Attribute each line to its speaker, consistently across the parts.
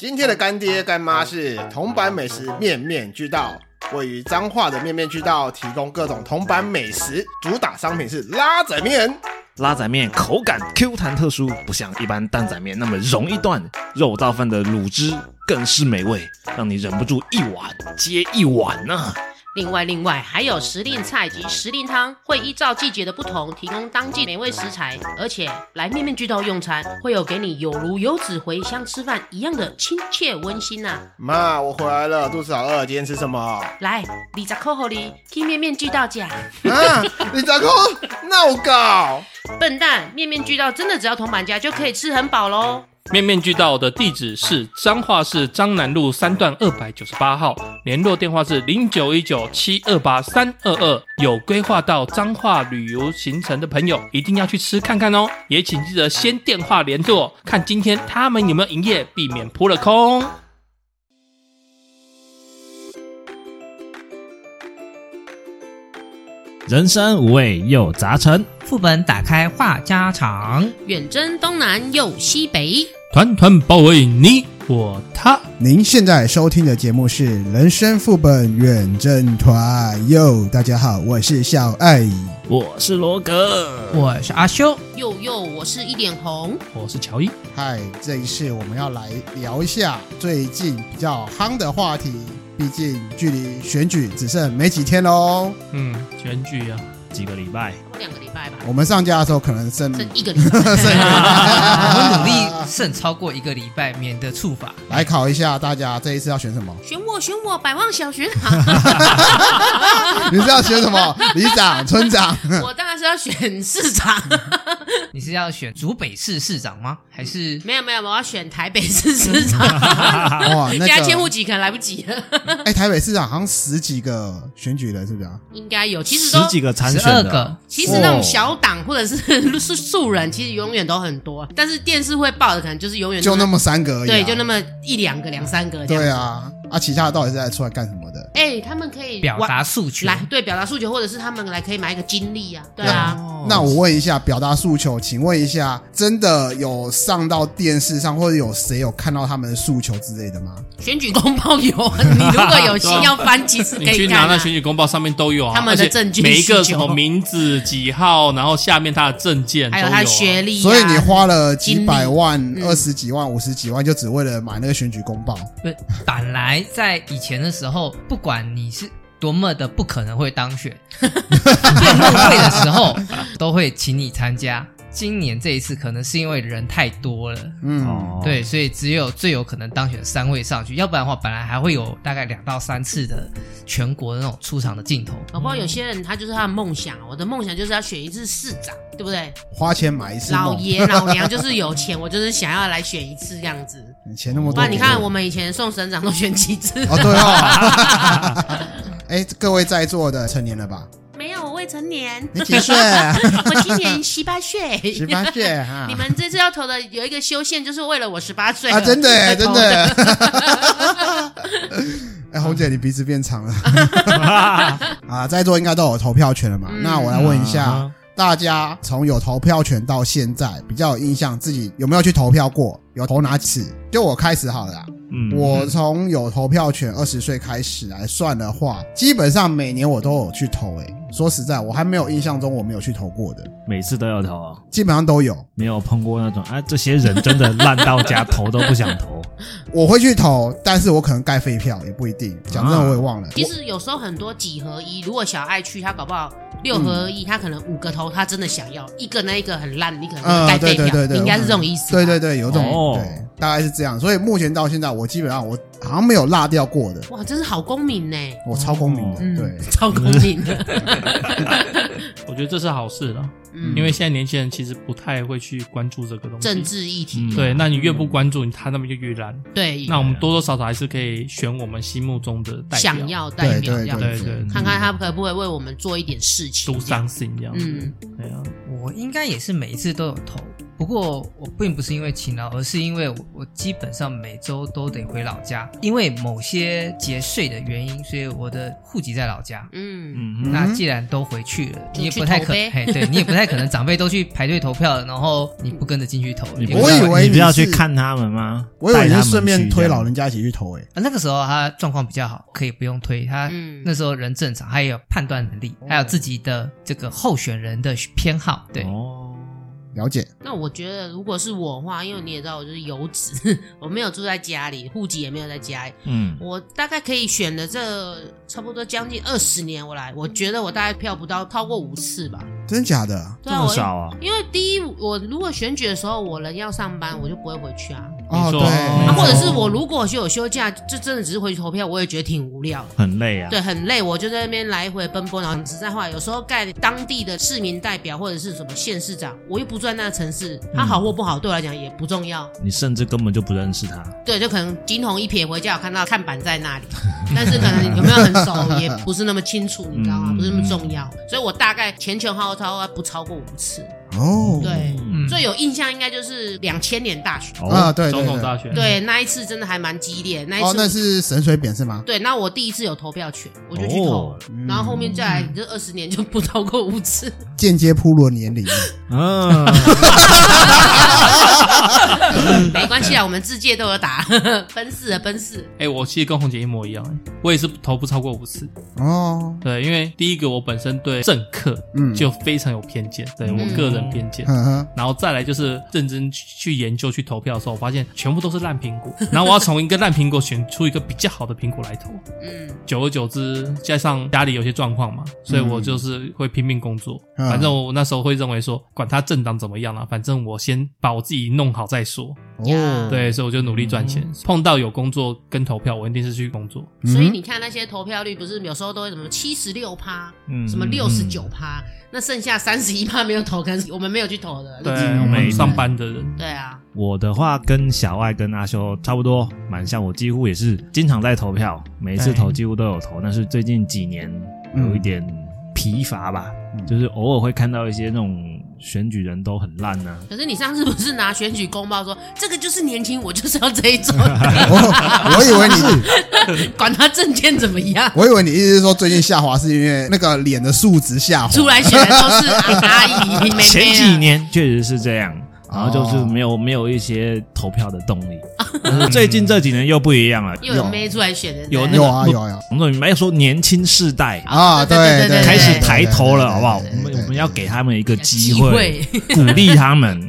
Speaker 1: 今天的干爹干妈是铜板美食面面俱到，位于彰化的面面俱到提供各种铜板美食，主打商品是拉仔面。
Speaker 2: 拉仔面口感 Q 弹特殊，不像一般蛋仔面那么容易断，肉燥饭的卤汁更是美味，让你忍不住一碗接一碗呢、
Speaker 3: 另外，另外还有时令菜及时令汤，会依照季节的不同提供当季美味食材，而且来面面俱到用餐，会有给你有如游子回乡吃饭一样的亲切温馨呐、啊
Speaker 1: 妈，我回来了，肚子好饿，今天吃什么？啊，
Speaker 3: 来，你在扣后里去面面俱到家，
Speaker 1: 啊你咋个闹搞？
Speaker 3: 笨蛋，面面俱到真的只要同板价就可以吃很饱喽。
Speaker 4: 面面俱到的地址是彰化市彰南路三段二百九十八号，联络电话是零九一九七二八三二二。有规划到彰化旅游行程的朋友，一定要去吃看看哦。也请记得先电话联络，看今天他们有没有营业，避免扑了空。
Speaker 2: 人生五味又杂陈，
Speaker 5: 副本打开话家常，
Speaker 3: 远征东南又西北，
Speaker 4: 团团包围你我他。
Speaker 6: 您现在收听的节目是《人生副本远征团》哟，大家好，我是小爱。
Speaker 2: 我是罗格，
Speaker 5: 我是阿修。
Speaker 3: 又又我是一脸红，
Speaker 4: 我是乔伊，
Speaker 6: 嗨，这一次我们要来聊一下最近比较夯的话题，毕竟距离选举只剩没几天喽。
Speaker 4: 嗯，选举啊，
Speaker 2: 几个礼拜，
Speaker 3: 差不多两个礼拜吧，
Speaker 6: 我们上架的时候可能剩
Speaker 3: 剩一个礼拜。
Speaker 6: 剩
Speaker 5: 我努力剩超过一个礼拜，免得处罚。
Speaker 6: 来考一下大家，这一次要选什么？
Speaker 3: 选我，选我，百万小学堂，
Speaker 6: 你是要选什么？里长、村长？
Speaker 3: 我当然是要选市长。
Speaker 5: 你是要选竹北市市长吗？还是
Speaker 3: 没有没有，我要选台北市市 长。
Speaker 6: 哇，那
Speaker 3: 现在迁户
Speaker 6: 个
Speaker 3: 籍可能来不及 了，
Speaker 6: 哎、台北市长好像十几个选举人是不是啊？
Speaker 3: 应该有。其实
Speaker 2: 十
Speaker 3: 都
Speaker 2: 几个参
Speaker 5: 十
Speaker 2: 选
Speaker 5: 二
Speaker 2: 的
Speaker 5: 个，？
Speaker 3: 其实那种小党或者是 素素人，其实永远都很多，但是电视会报的可能就是永远
Speaker 6: 就那么三个而已、啊。
Speaker 3: 对，就那么一两个、两三个这样。
Speaker 6: 对，啊，啊，其他的到底是在出来干什么的？
Speaker 3: 哎、他们可以
Speaker 5: 表
Speaker 3: 玩
Speaker 5: 达诉求。
Speaker 3: 来对表达诉求，或者是他们来可以买一个经历啊，对啊，
Speaker 6: 那我问一下，表达诉求，请问一下，真的有上到电视上，或者有谁有看到他们的诉求之类的吗？
Speaker 3: 选举公报有，你如果有心要翻，其实可
Speaker 4: 你
Speaker 3: 以
Speaker 4: 去
Speaker 3: 看、啊。
Speaker 4: 拿那选举公报上面都有啊，
Speaker 3: 他们的证据
Speaker 4: 而且每一个
Speaker 3: 需
Speaker 4: 什
Speaker 3: 求
Speaker 4: 么名字、几号，然后下面他的证件都
Speaker 3: 还
Speaker 4: 有、
Speaker 3: 有
Speaker 4: 啊，
Speaker 3: 他学历、啊，
Speaker 6: 所以你花了几百万
Speaker 3: 经、历嗯
Speaker 6: 二十几万、五十几万，就只为了买那个选举公报？
Speaker 5: 不，本来在以前的时候，不管你是多么的不可能会当 选，辩论会的时候都会请你参加。今年这一次可能是因为人太多了，
Speaker 6: 嗯，
Speaker 2: 哦，
Speaker 5: 对，所以只有最有可能当选三位上去，要不然的话，本来还会有大概两到三次的全国那种出场的镜头。
Speaker 3: 搞不好有些人他就是他的梦想，啊我的梦想就是要选一次市长，对不对？
Speaker 6: 花钱买一次
Speaker 3: 老
Speaker 6: 梦，
Speaker 3: 爷老娘就是有钱，我就是想要来选一次这样 子。
Speaker 6: 你钱那么
Speaker 3: 不
Speaker 6: 多，
Speaker 3: 然你看我们以前送省长都选几次？
Speaker 6: 哦，对哦。 哎，各位在座的成年了吧？
Speaker 3: 没有，我未成年，
Speaker 6: 你几岁？
Speaker 3: 我今年十八岁。
Speaker 6: 十八岁啊哈
Speaker 3: 你。们这次要投的有一个修宪，就是为了我十八岁
Speaker 6: 啊，真的耶，
Speaker 3: 才
Speaker 6: 真
Speaker 3: 投
Speaker 6: 的耶。 哎，红姐，你鼻子变 长了。啊，在座应该都有投票权了嘛？
Speaker 3: 嗯
Speaker 6: 那我来问一下，大家从有投票权到现在，比较有印象自己有没有去投票过？有投哪次？就我开始好了啦。
Speaker 2: 嗯
Speaker 6: 我从有投票权二十岁开始来算的话，基本上每年我都有去投、欸。说实在，我还没有印象中我没有去投过的，
Speaker 2: 每次都要投啊，
Speaker 6: 基本上都有。
Speaker 2: 没有碰过那种啊，这些人真的烂到家，投都不想 投。
Speaker 6: 我会去投，但是我可能盖废票也不一定。讲真的，我也忘了。
Speaker 3: 啊其实有时候很多几合一，如果小爱去，他搞不好六合
Speaker 6: 嗯
Speaker 3: 一，他可能五个头，他真的想要一个那一个很烂，你可能
Speaker 6: 嗯
Speaker 3: 会盖废
Speaker 6: 对对对
Speaker 3: 票，
Speaker 6: 对
Speaker 3: 应该是这种意思吧。
Speaker 6: 对对对，有这种、
Speaker 2: 哦
Speaker 6: 对，大概是这样。所以目前到现在，我基本上我好像没有落掉过的，
Speaker 3: 哇，真是好公民呢，
Speaker 6: 我超公民的。
Speaker 2: 哦
Speaker 3: 嗯
Speaker 6: 对，
Speaker 3: 超公民的，
Speaker 4: 我觉得这是好事了，
Speaker 3: 嗯
Speaker 4: 因为现在年轻人其实不太会去关注这个东西。
Speaker 3: 政治嗯议题，
Speaker 2: 嗯
Speaker 4: 对，那你越不关注，他那边就越烂。
Speaker 3: 对，
Speaker 4: 那我们多多少少还是可以选我们心目中的代表，
Speaker 3: 想要代表这
Speaker 6: 对对
Speaker 3: 样
Speaker 4: 对
Speaker 3: 子，
Speaker 6: 嗯
Speaker 4: 对
Speaker 3: 看看他可不可以为我们做一点事情。
Speaker 4: do something 这样子。
Speaker 3: 嗯
Speaker 4: 对啊，
Speaker 5: 我应该也是每一次都有投，不过我并不是因为勤劳，而是因为我我基本上每周都得回老家，因为某些节税的原因，所以我的户籍在老家。
Speaker 3: 嗯，
Speaker 2: 嗯哼，
Speaker 5: 那既然都回去了，
Speaker 3: 就
Speaker 5: 你也
Speaker 3: 去
Speaker 5: 不太
Speaker 3: 投
Speaker 5: 可，
Speaker 3: 呗
Speaker 5: 嘿， 对你也不太可能长辈都去排队投票了，然后你不跟着进去投。
Speaker 2: 你
Speaker 5: 也
Speaker 2: 不
Speaker 5: 不
Speaker 6: 我
Speaker 5: 知道
Speaker 6: 以为
Speaker 2: 你不要
Speaker 6: 你是
Speaker 2: 去看他们吗？
Speaker 6: 我以为你是顺
Speaker 2: 带他
Speaker 6: 便
Speaker 2: 们去
Speaker 6: 推
Speaker 2: 这样
Speaker 6: 老人家一起去投诶、欸
Speaker 5: 啊那个时候他状况比较好，可以不用推他。
Speaker 3: 嗯
Speaker 5: 哎那时候人正常，还有判断能力，还有自己的这个候选人的偏好。对，
Speaker 2: 哦，
Speaker 6: 了解，
Speaker 3: 那我觉得如果是我的话，因为你也知道我就是游子， 我没有住在家里，户籍也没有在家里，
Speaker 2: 嗯，
Speaker 3: 我大概可以选的这差不多将近二十年，我来，我觉得我大概票不到超过五次吧。
Speaker 6: 真假的？
Speaker 3: 对
Speaker 2: 这
Speaker 3: 啊，
Speaker 2: 么
Speaker 3: 我
Speaker 2: 少啊？
Speaker 3: 因为第一，我如果选举的时候我人要上班，我就不会回去啊。
Speaker 6: 哦，
Speaker 4: 没错
Speaker 6: 对，
Speaker 4: 啊
Speaker 3: 啊，
Speaker 4: 嗯
Speaker 3: 或者是我如果有休假，就真的只是回去投票，我也觉得挺无聊的。
Speaker 2: 很累啊。
Speaker 3: 对，很累，我就在那边来回奔波，然后实在话，有时候盖当地的市民代表或者是什么县市长，我又不住在那个城市，他好或不好对我来讲也不重要。
Speaker 6: 嗯
Speaker 2: 你甚至根本就不认识他。
Speaker 3: 对，就可能惊鸿一瞥，回家有看到看板在那里，但是可能有没有很熟，也不是那么清楚，你知道吗？
Speaker 2: 嗯
Speaker 3: 不是那么重要，所以我大概前前后后超过不超过五次。
Speaker 6: 哦，
Speaker 3: 对，
Speaker 2: 嗯
Speaker 3: 最有印象应该就是两千年大选，
Speaker 6: 啊，
Speaker 2: 哦，
Speaker 6: 对对
Speaker 4: 总统
Speaker 6: 对，
Speaker 4: 大选，
Speaker 3: 对，那一次真的还蛮激烈，那一
Speaker 6: 哦，
Speaker 3: 次
Speaker 6: 那是神水扁是吗？嗯
Speaker 3: 对，那我第一次有投票权，我就去投。
Speaker 2: 哦
Speaker 3: 然后后面再来这二十年就不超过五次，
Speaker 6: 间接铺路的年龄，
Speaker 2: 嗯，
Speaker 3: 没关系啊，我们自界都有打 奔四的奔四，
Speaker 4: 哎、我其实跟红姐一模一样、哎，我也是投不超过五次。
Speaker 6: 哦，
Speaker 4: 对，因为第一个我本身对政客
Speaker 6: 嗯
Speaker 4: 就非常有偏见，
Speaker 3: 嗯
Speaker 4: 对我个人偏见。
Speaker 6: 呵呵，
Speaker 4: 然后再来就是认真去去研究去投票的时候，我发现全部都是烂苹果。 然后我要从一个烂苹果选出一个比较好的苹果来投。
Speaker 3: 嗯，
Speaker 4: 久而久之，加上家里有些状况嘛，所以我就是会拼命工作。
Speaker 6: 嗯
Speaker 4: 反正我那时候会认为说，管他政党怎么样了、反正我先把我自己弄好再说。
Speaker 3: 呀
Speaker 6: 哦，
Speaker 4: 对，所以我就努力赚钱。碰到有工作跟投票，我一定是去工作。
Speaker 3: 所以你看那些投票率不是有时候都会什么七十六趴，
Speaker 2: 嗯
Speaker 3: 什么六十九趴，那剩下三十一趴没有投，跟我们没有去投的，
Speaker 4: 对，
Speaker 3: 那
Speaker 4: 我
Speaker 2: 没
Speaker 4: 们上班的人，
Speaker 3: 对啊，
Speaker 2: 我的话跟小爱跟阿修差不多，蛮像。我几乎也是经常在投票，每一次
Speaker 4: 对
Speaker 2: 投几乎都有投，但是最近几年有一点疲乏吧，就是偶尔会看到一些那种选举人都很烂啊呐、
Speaker 3: 可是你上次不是拿选举公报说这个就是年轻，我就是要这一种，
Speaker 6: 哦 我我以为你，
Speaker 3: 管他证件怎么样，
Speaker 6: 我以为你意思是说最近下滑是因为那个脸的数值下滑，
Speaker 3: 出
Speaker 4: 哦
Speaker 3: 来选的都是阿阿姨、妹妹啊。 哦
Speaker 2: 前几年确实是这样，然后就是没有、没有一些投票的动 力。但是最近这几年又不一样了，
Speaker 3: 啊又有妹出来选的，
Speaker 2: 有
Speaker 3: 对
Speaker 2: 那
Speaker 6: 有
Speaker 2: 个
Speaker 6: 啊有啊有啊
Speaker 2: 我们没有说年轻世代
Speaker 6: 啊，
Speaker 3: 对对对
Speaker 6: 对
Speaker 2: 开始抬头
Speaker 6: 对
Speaker 2: 了，
Speaker 6: 对
Speaker 2: 好不好？
Speaker 6: 对
Speaker 2: 我
Speaker 6: 对
Speaker 2: 们
Speaker 6: 对
Speaker 2: 我们要给他们一个机
Speaker 3: 机
Speaker 2: 会，
Speaker 3: 会，
Speaker 2: 鼓励他们。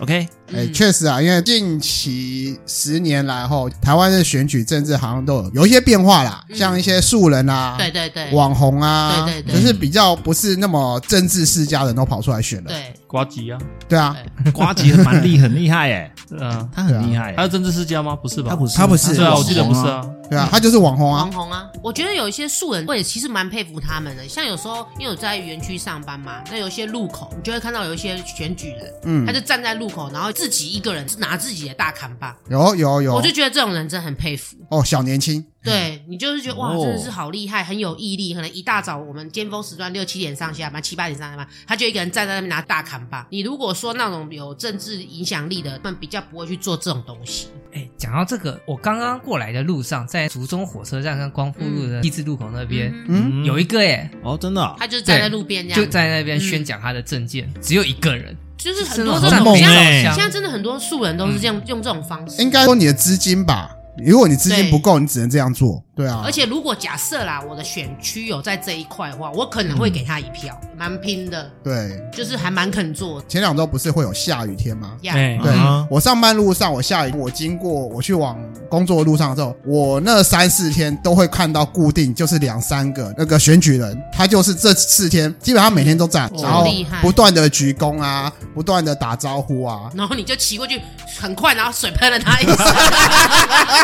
Speaker 2: OK，
Speaker 6: 哎，确实啊，因为近期十年来后，台湾的选举政治好像都有有一些变化啦，像一些素人啊，
Speaker 3: 嗯对对对，
Speaker 6: 网红啊，
Speaker 3: 对对对
Speaker 6: 就是比较不是那么政治世家的人都跑出来选了，
Speaker 3: 对，
Speaker 4: 瓜吉啊，
Speaker 6: 对啊，
Speaker 2: 瓜吉很蛮厉，很厉害耶，
Speaker 4: 嗯、啊，
Speaker 2: 他很厉害耶
Speaker 4: 还，有政治世家吗？不是吧？
Speaker 2: 他不是，
Speaker 6: 他不是
Speaker 4: 对啊，
Speaker 2: 网
Speaker 4: 我记得不是
Speaker 2: 红
Speaker 4: 啊。
Speaker 6: 对啊，他就是网红啊
Speaker 3: 嗯网，红啊，我觉得有一些素人，我也其实蛮佩服他们的。像有时候，因为我在园区上班嘛，那有一些路口，你就会看到有一些选举人，
Speaker 6: 嗯
Speaker 3: 他，就站在路口，然后自己一个人拿自己的大砍棒，
Speaker 6: 有有有
Speaker 3: 我就，觉得这种人真的很佩服。
Speaker 6: 哦，小年轻，
Speaker 3: 对你就是觉得哇，
Speaker 2: 哦
Speaker 3: 真的是好厉害，很有毅力。可能一大早我们尖峰时段六七点上下班，七八点上下班，他就一个人站在那边拿大砍棒。你如果说那种有政治影响力的，他们比较不会去做这种东西。
Speaker 5: 哎，讲到这个，我刚刚过来的路上，在竹中火车站跟光复路的 T 字路口那边，
Speaker 3: 嗯，
Speaker 2: 嗯
Speaker 5: 有一个哎，
Speaker 2: 哦，真的啊，
Speaker 3: 他就是站在路边这
Speaker 5: 就
Speaker 3: 样，
Speaker 5: 在那边宣讲他的证件，只有一个人，
Speaker 3: 就是嗯很
Speaker 5: 真的
Speaker 3: 多
Speaker 5: 很
Speaker 3: 这种
Speaker 5: 猛
Speaker 3: 像
Speaker 2: 欸
Speaker 3: 现在真的很多素人都是这样、用这种方式。
Speaker 6: 应该说你的资金吧，如果你资金不够，你只能这样做，对啊，
Speaker 3: 而且如果假设啦，我的选区有在这一块的话，我可能会给他一票，蛮拼的，
Speaker 6: 对，
Speaker 3: 就是还蛮肯做的
Speaker 6: 前两周不是会有下雨天吗？
Speaker 3: 呀。
Speaker 4: 哎、
Speaker 6: 对
Speaker 2: 嗯，
Speaker 6: 我上班路上，我下雨，我经过，我去往工作的路上的时候，我那三四天都会看到固定就是两三个那个选举人，他就是这四天基本上每天都在，
Speaker 3: 哦
Speaker 6: 然后
Speaker 3: 厉害
Speaker 6: 不断的鞠躬啊，不断的打招 呼啊，
Speaker 3: 然后你就骑过去，很快，然后水喷了他一身。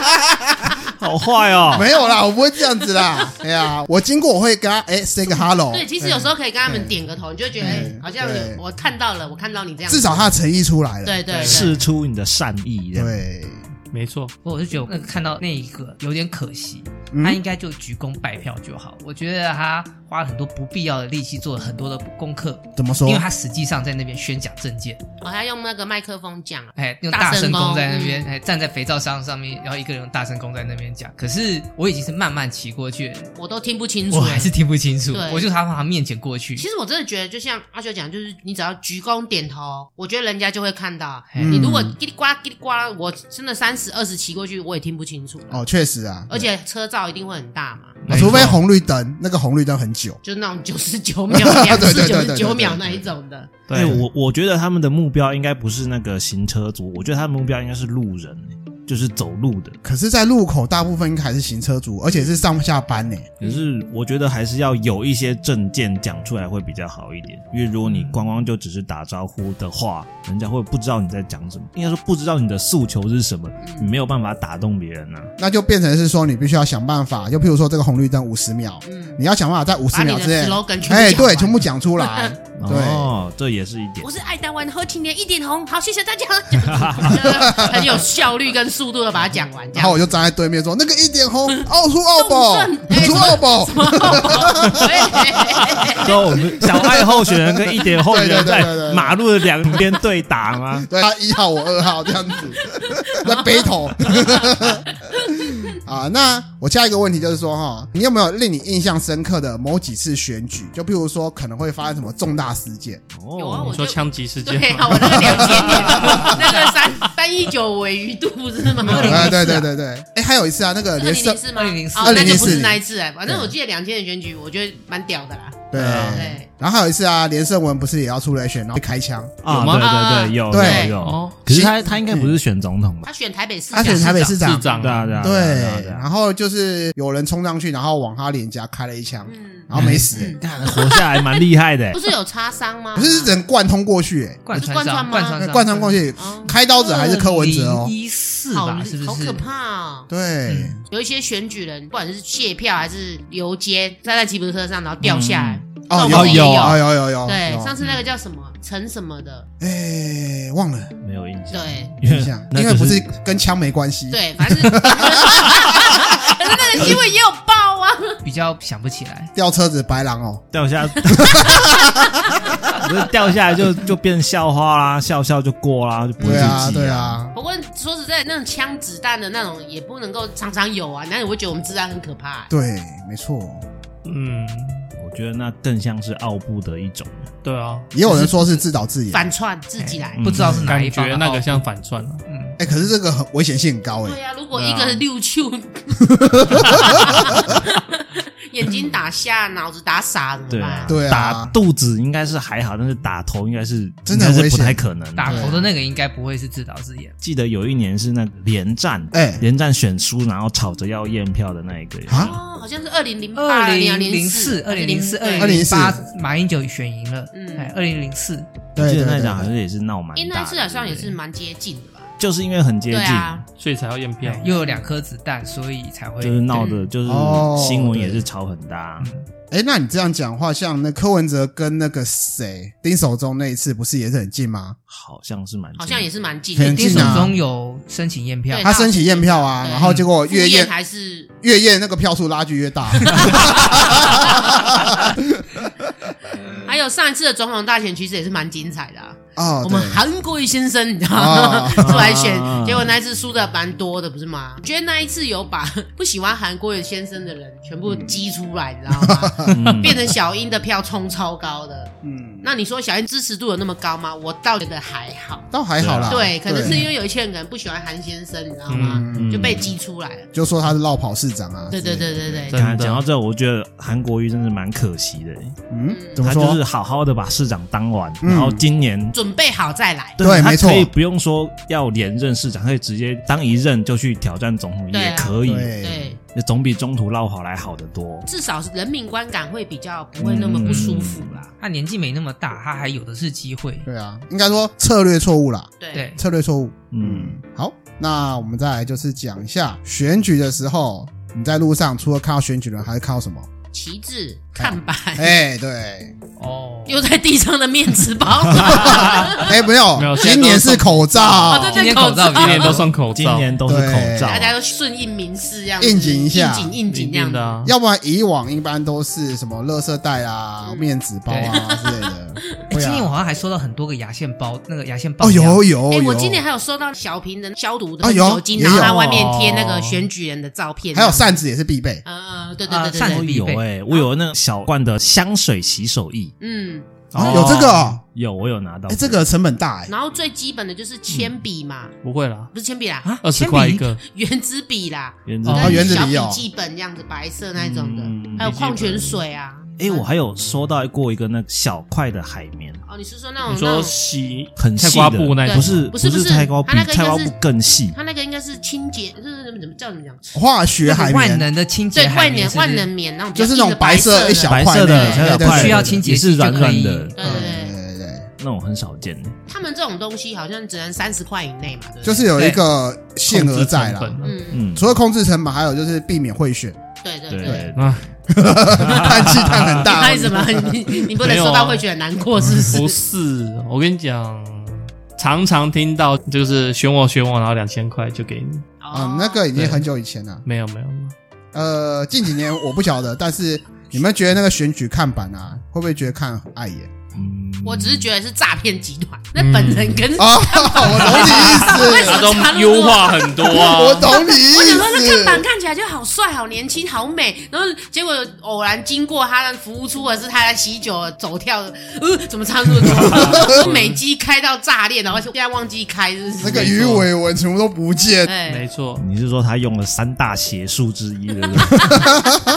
Speaker 2: 好坏哦，
Speaker 6: 没有啦，我不会这样子啦，哎呀，我经过我会跟他哎 say 个 hello，
Speaker 3: 对，其实有时候可以跟他们点个头，你就会觉得，哎
Speaker 6: 对，
Speaker 3: 好像
Speaker 6: 对
Speaker 3: 我看到了，我看到你这样。
Speaker 6: 至少他的诚意出来了，
Speaker 3: 对对对
Speaker 2: 试出你的善意，这样，
Speaker 5: 哎
Speaker 6: 对，
Speaker 4: 没错，
Speaker 5: 我就觉得那个看到那一个有点可惜，
Speaker 6: 嗯
Speaker 5: 他应该就鞠躬拜票就好。我觉得他花了很多不必要的力气，做了很多的功课，
Speaker 6: 怎么说
Speaker 5: 因为？他实际上在那边宣讲政见，
Speaker 3: 哦，他用那个麦克风讲啊，
Speaker 5: 哎，用
Speaker 3: 大
Speaker 5: 大
Speaker 3: 声
Speaker 5: 声
Speaker 3: 公嗯
Speaker 5: 公在那边，哎，站在肥皂箱上面，然后一个人用大声公在那边讲。可是我已经是慢慢骑过去了，
Speaker 3: 我都听不清楚
Speaker 5: 我
Speaker 3: 了。
Speaker 5: 还是听不清楚
Speaker 3: 对，
Speaker 5: 我就他他面前过去
Speaker 3: 其。实我真的觉得，就像阿修讲，就是你只要鞠躬点头，我觉得人家就会看到。
Speaker 5: 嗯
Speaker 3: 你如果叽里呱啦叽里呱啦，我真的三十二十骑过去，我也听不清楚。
Speaker 6: 哦，确实啊，
Speaker 3: 而且车照一定会很大嘛，
Speaker 5: 呃没错
Speaker 6: 除非红绿灯，那个红绿灯很久。
Speaker 3: 就是那种九十九秒、两次
Speaker 6: 对
Speaker 3: 九
Speaker 6: 对
Speaker 3: 十
Speaker 6: 对
Speaker 3: 九
Speaker 6: 对
Speaker 3: 秒那一种的。
Speaker 2: 哎、
Speaker 4: 对，
Speaker 2: 我我觉得他们的目标应该不是那个行车族，我觉得他们的目标应该是路人，就是走路的。
Speaker 6: 可是，在路口大部分应该还是行车族，而且是上下班呢。
Speaker 2: 可是
Speaker 6: 嗯
Speaker 2: 我觉得还是要有一些证件讲出来会比较好一点，因为如果
Speaker 6: 嗯
Speaker 2: 你光光就只是打招呼的话，人家会不知道你在讲什么，应该说不知道你的诉求是什么，
Speaker 6: 嗯
Speaker 2: 你没有办法打动别人呐、啊
Speaker 6: 那就变成是说，你必须要想办法，就譬如说这个红绿灯五十秒，
Speaker 3: 嗯，
Speaker 6: 你要想办法在五
Speaker 3: 把
Speaker 6: 十
Speaker 3: 你
Speaker 6: 秒
Speaker 3: 的
Speaker 6: 之内，
Speaker 3: slogan 全部
Speaker 6: 哎，
Speaker 3: 讲
Speaker 6: 对，
Speaker 3: 完
Speaker 6: 全部讲出 来。对
Speaker 2: 哦，这也是一点
Speaker 3: 我。是爱台湾和青年一点红，好，谢谢大家。这样子很有效率跟速度的把它讲完，这
Speaker 6: 然后
Speaker 3: 样
Speaker 6: 我就站在对面说：“那个一点红，奥出奥宝
Speaker 3: 动正，哎
Speaker 6: 出奥宝。
Speaker 3: 什么
Speaker 2: 之后
Speaker 3: 对
Speaker 2: 我 们小爱候选人跟一点候选人
Speaker 6: 对对对对
Speaker 2: 在
Speaker 6: 对
Speaker 2: 马路的两边对打 吗？”
Speaker 6: 对，他一号我二号这样 子在 battle 啊。那我下一个问题就是说哈，你有没有令你印象深刻的某几次选举？就譬如说可能会发生什么重大事件？
Speaker 3: 有啊，我
Speaker 4: 你说
Speaker 3: 就
Speaker 4: 枪击事件
Speaker 3: 对
Speaker 4: 吗
Speaker 3: 啊，我那个两千年，那个三三一九尾鱼肚是 吗？
Speaker 6: 哎，对对对对，哎，还有一次啊，那个
Speaker 3: 二零
Speaker 6: 连社
Speaker 3: 零四吗？
Speaker 5: 2004
Speaker 3: 哦那就不是
Speaker 6: 2004
Speaker 3: 那一次哎，反正我记得两千年选举，我觉得蛮屌的啦。
Speaker 6: 对
Speaker 2: 啊
Speaker 3: 对，
Speaker 6: 然后还有一次啊，连胜文不是也要出来选，然后被开枪，
Speaker 2: 啊，
Speaker 4: 有吗
Speaker 2: 对对对，有
Speaker 6: 对
Speaker 2: 有有。
Speaker 4: 哦，
Speaker 2: 可是他他应该不是选总统吧？
Speaker 3: 他选台北啊市
Speaker 6: 他
Speaker 3: 长，
Speaker 6: 选啊台北市
Speaker 4: 市
Speaker 6: 长，
Speaker 4: 长
Speaker 2: 对啊对啊，对啊对啊
Speaker 6: 对，
Speaker 2: 对啊
Speaker 6: 然后就是有人冲上去，然后往他脸颊开了一枪，
Speaker 3: 嗯，
Speaker 6: 然后没死，
Speaker 2: 干活下来蛮厉害的欸
Speaker 3: 不，是有擦伤吗？
Speaker 6: 可是是人贯通过去，哎
Speaker 5: 贯穿
Speaker 3: 贯穿
Speaker 5: 上，
Speaker 3: 吗
Speaker 5: 贯穿
Speaker 6: 那
Speaker 5: 上，
Speaker 6: 贯穿过去，
Speaker 3: 哦
Speaker 6: 开刀者还是柯文哲哦，
Speaker 5: 一四
Speaker 3: 好
Speaker 5: 吧，是不
Speaker 3: 好
Speaker 5: 是
Speaker 3: 可？怕哦。
Speaker 6: 对，
Speaker 3: 有一些选举人，不管是卸票还是游街，站在吉普车上然后掉下来，
Speaker 6: 哦
Speaker 3: 那我
Speaker 6: 有
Speaker 3: 们也
Speaker 2: 有
Speaker 6: 哦有有有，
Speaker 3: 对，
Speaker 6: 有嗯
Speaker 3: 上次那个叫什么陈什么的，
Speaker 6: 哎忘了
Speaker 2: 没有印象。
Speaker 3: 对
Speaker 2: 因
Speaker 6: 印象，因为不是跟枪没关系，
Speaker 3: 对，反正 是可是那个新闻也有报啊。
Speaker 5: 比较想不起来。
Speaker 6: 掉车子白狼哦，
Speaker 2: 掉下， 不是掉下来就就变笑话啦，笑笑就过啦，就不会去
Speaker 6: 对啊
Speaker 2: 记
Speaker 6: 对。啊，
Speaker 3: 不过说实在，那种枪子弹的那种也不能够常常有啊，那你会觉得我们治安很可怕、欸。
Speaker 6: 对，没错，
Speaker 4: 嗯，
Speaker 2: 我觉得那更像是奥布的一种，
Speaker 4: 对啊，
Speaker 6: 也有人说是自导自演，
Speaker 3: 反串自己来。
Speaker 2: 嗯
Speaker 5: 不知道是哪
Speaker 4: 感
Speaker 5: 一方哦
Speaker 4: 觉
Speaker 5: 的
Speaker 4: 那
Speaker 5: 奥
Speaker 4: 个
Speaker 5: 布
Speaker 4: 像反串啊了。
Speaker 5: 嗯，
Speaker 6: 哎，可是这个很危险性很高哎
Speaker 3: 对，啊，如果一个六球， 眼睛打瞎，脑子打傻怎么
Speaker 2: 对
Speaker 3: 办？
Speaker 6: 对
Speaker 2: 打
Speaker 6: 啊，
Speaker 2: 肚子应该是还好，但是打头应该是
Speaker 6: 真的
Speaker 2: 应
Speaker 6: 很
Speaker 2: 该
Speaker 6: 危
Speaker 2: 是
Speaker 6: 险
Speaker 2: 不太可能的。
Speaker 5: 打头的那个应该不会是自导自演，
Speaker 2: 记得有一年是那个连战，
Speaker 6: 哎
Speaker 2: 连战选书，然后吵着要验票的那一个也是，
Speaker 6: 啊
Speaker 3: 哦，好像是二零零八、
Speaker 5: 二
Speaker 3: 零
Speaker 5: 零零四、二零零四、二零零八，马英九选赢了，
Speaker 3: 嗯
Speaker 5: 哎，二零零四，
Speaker 2: 我
Speaker 6: 对
Speaker 2: 记
Speaker 6: 对
Speaker 2: 得那一
Speaker 6: 对
Speaker 2: 场好
Speaker 6: 对，
Speaker 2: 像也是闹蛮
Speaker 3: 因为
Speaker 2: 大
Speaker 3: 哎那
Speaker 2: 的，
Speaker 3: 次好像也是
Speaker 2: 对不
Speaker 3: 蛮接近的吧？
Speaker 2: 对，就是因为很接
Speaker 3: 对
Speaker 2: 近，
Speaker 3: 啊，
Speaker 4: 所以才要验票
Speaker 5: 哎。又有两颗子弹，所以才会
Speaker 2: 就是闹的，就是
Speaker 6: 哦
Speaker 2: 新闻也是吵很大，
Speaker 6: 哎，那你这样讲话，像那柯文哲跟那个谁丁守中那一次不是也是很近吗？
Speaker 2: 好像是蛮
Speaker 3: 好像也是蛮近
Speaker 6: 很
Speaker 3: 的。
Speaker 5: 丁
Speaker 6: 近
Speaker 5: 守
Speaker 6: 啊
Speaker 5: 中有申请验票
Speaker 3: 对，
Speaker 6: 他申请验票啊，
Speaker 3: 对
Speaker 6: 然后结果
Speaker 3: 赴
Speaker 6: 越验
Speaker 3: 还是
Speaker 6: 越验那个票数拉距 越大，
Speaker 3: 还有上一次的总统大选，其实也是蛮精彩的、啊。
Speaker 6: 哦，
Speaker 3: 我
Speaker 6: 对
Speaker 3: 们韩国瑜先生，你知道吗？
Speaker 6: 啊
Speaker 5: 哦
Speaker 3: 出来选
Speaker 2: 啊，
Speaker 3: 结果那一次输的蛮多的，不是吗？我觉得那一次有把不喜欢韩国瑜先生的人全部激出来，你知道吗？
Speaker 2: 嗯
Speaker 3: 变成小英的票冲超高的。
Speaker 6: 嗯，
Speaker 3: 那你说小英支持度有那么高吗？我倒觉得还好。
Speaker 6: 倒还好啦，
Speaker 3: 对，
Speaker 2: 啊
Speaker 3: 可能是因为有一些人可能不喜欢韩先生，你知道吗？
Speaker 2: 嗯
Speaker 3: 就被激出来了。
Speaker 6: 就说他是绕跑市长啊，
Speaker 3: 对对对对对，
Speaker 4: 真
Speaker 2: 讲
Speaker 4: 的
Speaker 2: 讲到这，我觉得韩国瑜真是蛮可惜的欸，
Speaker 6: 嗯，怎么
Speaker 2: 他
Speaker 6: 说？
Speaker 2: 就是好好的把市长当完，
Speaker 6: 嗯
Speaker 2: 然后今年。
Speaker 3: 准备好再来。
Speaker 6: 对
Speaker 2: 他
Speaker 6: 没错
Speaker 2: 可以不用说要连任市长，可以直接当一任就去挑战总统
Speaker 3: 对啊
Speaker 2: 也可以，
Speaker 6: 对
Speaker 3: 对，
Speaker 2: 总比中途绕跑来好得多。
Speaker 3: 至少人民观感会比较不会那么不舒服
Speaker 6: 嗯
Speaker 3: 啦。
Speaker 5: 他年纪没那么大，他还有的是机会。
Speaker 6: 对啊，应该说策略错误啦，
Speaker 3: 对
Speaker 5: 对，
Speaker 6: 策略错误。
Speaker 2: 嗯，
Speaker 6: 好，那我们再来就是讲一下选举的时候，你在路上除了看到选举人，还会看到什么？
Speaker 3: 旗帜、看板，
Speaker 6: 哎，对，
Speaker 5: 哦，
Speaker 3: 又在地上的面纸 包法，
Speaker 6: 哎，没有，
Speaker 4: 没有
Speaker 6: 今年是口罩
Speaker 3: 哦，，对
Speaker 5: 今
Speaker 3: 对，
Speaker 5: 天口罩
Speaker 4: 今
Speaker 6: 啊
Speaker 4: 年都送口
Speaker 2: 今
Speaker 4: 罩，
Speaker 2: 年都是口罩，
Speaker 3: 大家都顺应民事这样，
Speaker 6: 应景一下
Speaker 3: 应景应景
Speaker 4: 一
Speaker 3: 这样
Speaker 4: 定
Speaker 3: 子
Speaker 4: 的。啊。
Speaker 6: 要不然以往一般都是什么垃圾袋
Speaker 3: 嗯
Speaker 6: 啊、面纸包啊之类的。
Speaker 5: 哎
Speaker 6: 会
Speaker 5: 今
Speaker 6: 啊
Speaker 5: 年我好像还收到很多个牙线包，那个牙线包
Speaker 6: 哦，有
Speaker 5: 一样
Speaker 6: 有
Speaker 3: 哎、
Speaker 6: 有，
Speaker 3: 我今年还有收到小瓶的消毒的
Speaker 6: 啊有
Speaker 3: 酒精，
Speaker 6: 也
Speaker 3: 然后它
Speaker 6: 有哦
Speaker 3: 外面贴那个选举人的照片，
Speaker 6: 还有
Speaker 3: 这样
Speaker 6: 扇子也是必备
Speaker 3: 子，。呃，呃对对对对
Speaker 5: 啊
Speaker 3: 对
Speaker 5: 扇
Speaker 2: 都
Speaker 5: 子
Speaker 2: 有哎、我有那个小罐的香水洗手液，
Speaker 3: 嗯，
Speaker 6: 啊有这个哦，
Speaker 2: 有我有拿到，
Speaker 6: 哎，这个成本大哎，
Speaker 3: 然后最基本的就是铅笔嘛，
Speaker 6: 哎
Speaker 4: 不会啦，
Speaker 3: 不是铅笔啦，
Speaker 5: 啊
Speaker 4: 二十块一，
Speaker 5: 铅笔
Speaker 4: 个，
Speaker 3: 原子笔啦，
Speaker 2: 原子
Speaker 5: 哦
Speaker 2: 笔
Speaker 3: 那
Speaker 6: 原子笔
Speaker 3: 小笔
Speaker 6: 有
Speaker 3: 记本这样子，白色那一种的，
Speaker 2: 嗯
Speaker 3: 还有矿泉水啊。
Speaker 2: 哎、我还有收到过一个那小块的海绵，
Speaker 3: 哦，你是说那种
Speaker 4: 你
Speaker 3: 那
Speaker 4: 说
Speaker 3: 种，
Speaker 4: 洗
Speaker 2: 很
Speaker 4: 菜
Speaker 2: 细
Speaker 4: 瓜
Speaker 2: 的，
Speaker 4: 布那
Speaker 3: 对
Speaker 4: 种，
Speaker 2: 不是
Speaker 3: 不是不是
Speaker 2: 菜瓜布
Speaker 3: 它那，个应
Speaker 2: 菜
Speaker 3: 该
Speaker 2: 瓜
Speaker 3: 是
Speaker 2: 布更细。
Speaker 3: 它那个应该是清洁，就是怎么怎么叫怎么讲？
Speaker 6: 化学海
Speaker 5: 那个万
Speaker 6: 绵
Speaker 5: 能的清洁
Speaker 3: 对，
Speaker 5: 海
Speaker 3: 万能
Speaker 5: 绵是不是
Speaker 3: 万能棉那种，
Speaker 6: 就是那
Speaker 3: 那
Speaker 6: 种白色
Speaker 3: 色
Speaker 6: 一小
Speaker 2: 白
Speaker 6: 块
Speaker 2: 色的
Speaker 6: 的，
Speaker 2: 小小
Speaker 6: 对
Speaker 2: 块
Speaker 5: 不
Speaker 2: 的，
Speaker 5: 需要清洁
Speaker 2: 也
Speaker 5: 剂
Speaker 2: 是
Speaker 5: 就
Speaker 2: 软
Speaker 5: 可
Speaker 2: 软
Speaker 5: 以
Speaker 2: 的，
Speaker 3: 对对对，
Speaker 6: 对对对，
Speaker 2: 那种很少见的。
Speaker 3: 他们这种东西好像只能三十块以内嘛，对不对
Speaker 6: 就是有一个限额在啦
Speaker 4: 控。制成本啊
Speaker 3: 嗯，
Speaker 2: 嗯，
Speaker 6: 除了控制成本，还有就是避免 贿选，
Speaker 3: 对对
Speaker 2: 对对
Speaker 3: 对。
Speaker 4: 啊，
Speaker 6: 叹气叹很 大
Speaker 3: 为。什 么？你你你不能
Speaker 4: 没有啊
Speaker 3: 收到会觉得难过，是
Speaker 4: 不
Speaker 3: 不是？
Speaker 4: 是，我跟你讲，常常听到就是选我选我，然后两千块就给你，
Speaker 3: 哦
Speaker 6: 嗯，那个已经很久以前了。
Speaker 4: 没有没有，没有
Speaker 6: 呃，近几年我不晓得，但是你们觉得那个选举看板啊，会不会觉得看很碍眼？
Speaker 2: 嗯
Speaker 3: 我只是觉得是诈骗集团，那本人跟
Speaker 6: 嗯哦，我懂你意
Speaker 3: 为
Speaker 6: 思，
Speaker 3: 什么
Speaker 4: 它都
Speaker 3: 差那么
Speaker 4: 优
Speaker 3: 多
Speaker 4: 化很多
Speaker 6: 我
Speaker 4: 啊。
Speaker 6: 懂你
Speaker 3: 我
Speaker 6: 意
Speaker 3: 想说，那看
Speaker 6: 思
Speaker 3: 板。看起来就好帅、好年轻、好美，然后结果偶然经过他的服务处，或者是他在喜酒走跳，呃，怎么差这么 多？美肌开到炸裂，然后现在忘记开，是不是？
Speaker 6: 那个鱼尾纹全部都不见，
Speaker 3: 哎，
Speaker 4: 没错，
Speaker 2: 你是说他用了三大邪术之一的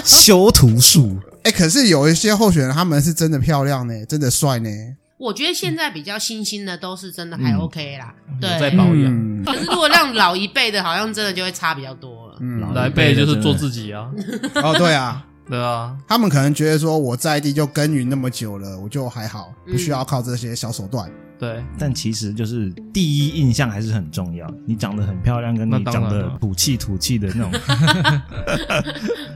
Speaker 2: 修图术？
Speaker 6: 哎、可是有一些候选人，他们是真的漂亮呢，真的帅呢。
Speaker 3: 我觉得现在比较新兴的都是真的还 OK 啦，
Speaker 4: 有在
Speaker 3: 对。
Speaker 4: 保养，
Speaker 6: 嗯
Speaker 3: 可是如果让老一辈的，好像真的就会差比较多了。
Speaker 6: 嗯，
Speaker 2: 老
Speaker 4: 来背就是做自己啊，
Speaker 6: 哦，对啊，
Speaker 4: 对啊，
Speaker 6: 他们可能觉得说我在地就耕耘那么久了，我就还好，不需要靠这些小手段。
Speaker 4: 对，
Speaker 2: 但其实就是第一印象还是很重要。你长得很漂亮，跟
Speaker 4: 那
Speaker 2: 你
Speaker 4: 当
Speaker 2: 长
Speaker 4: 然
Speaker 2: 得
Speaker 4: 了
Speaker 2: 土气土气的那种，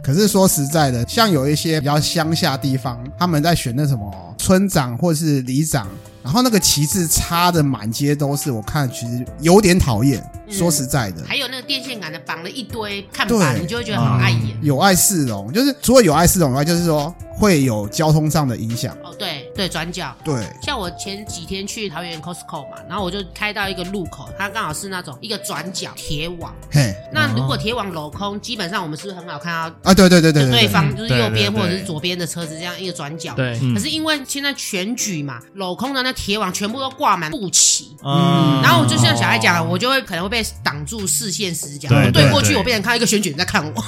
Speaker 6: 可是说实在的，像有一些比较乡下地方，他们在选那什么村长或是里长，然后那个旗帜插的满街都是，我看其实有点讨厌。
Speaker 3: 嗯
Speaker 6: 说实在的，
Speaker 3: 还有那个电线杆的绑了一堆看法，
Speaker 6: 对
Speaker 3: 你就会觉得
Speaker 4: 啊
Speaker 3: 很碍眼。
Speaker 6: 有碍市容，就是除了有碍市容以外，就是说会有交通上的影响。
Speaker 3: 哦，对对，转角。
Speaker 6: 对，
Speaker 3: 像我前几天去桃园 Costco 嘛，然后我就开到一个路口，它刚好是那种一个转角铁网。
Speaker 6: 嘿，
Speaker 3: 那如果铁网镂空，基本上我们是不是很好看到
Speaker 6: 啊，对对对对
Speaker 3: 就对
Speaker 6: 对对，
Speaker 3: 方就是右边
Speaker 4: 对对对
Speaker 3: 或者是左边的车子这样一个转角？。
Speaker 4: 对，
Speaker 2: 嗯
Speaker 3: 可是因为现在选举嘛，镂空的那铁网全部都挂满布旗。
Speaker 2: 嗯
Speaker 3: 然后就像小孩讲的，我就会可能会被挡住视线死角，
Speaker 2: 对
Speaker 3: 我对
Speaker 2: 对
Speaker 3: 过去
Speaker 2: 对
Speaker 3: 我变成看到一个选举人在看我，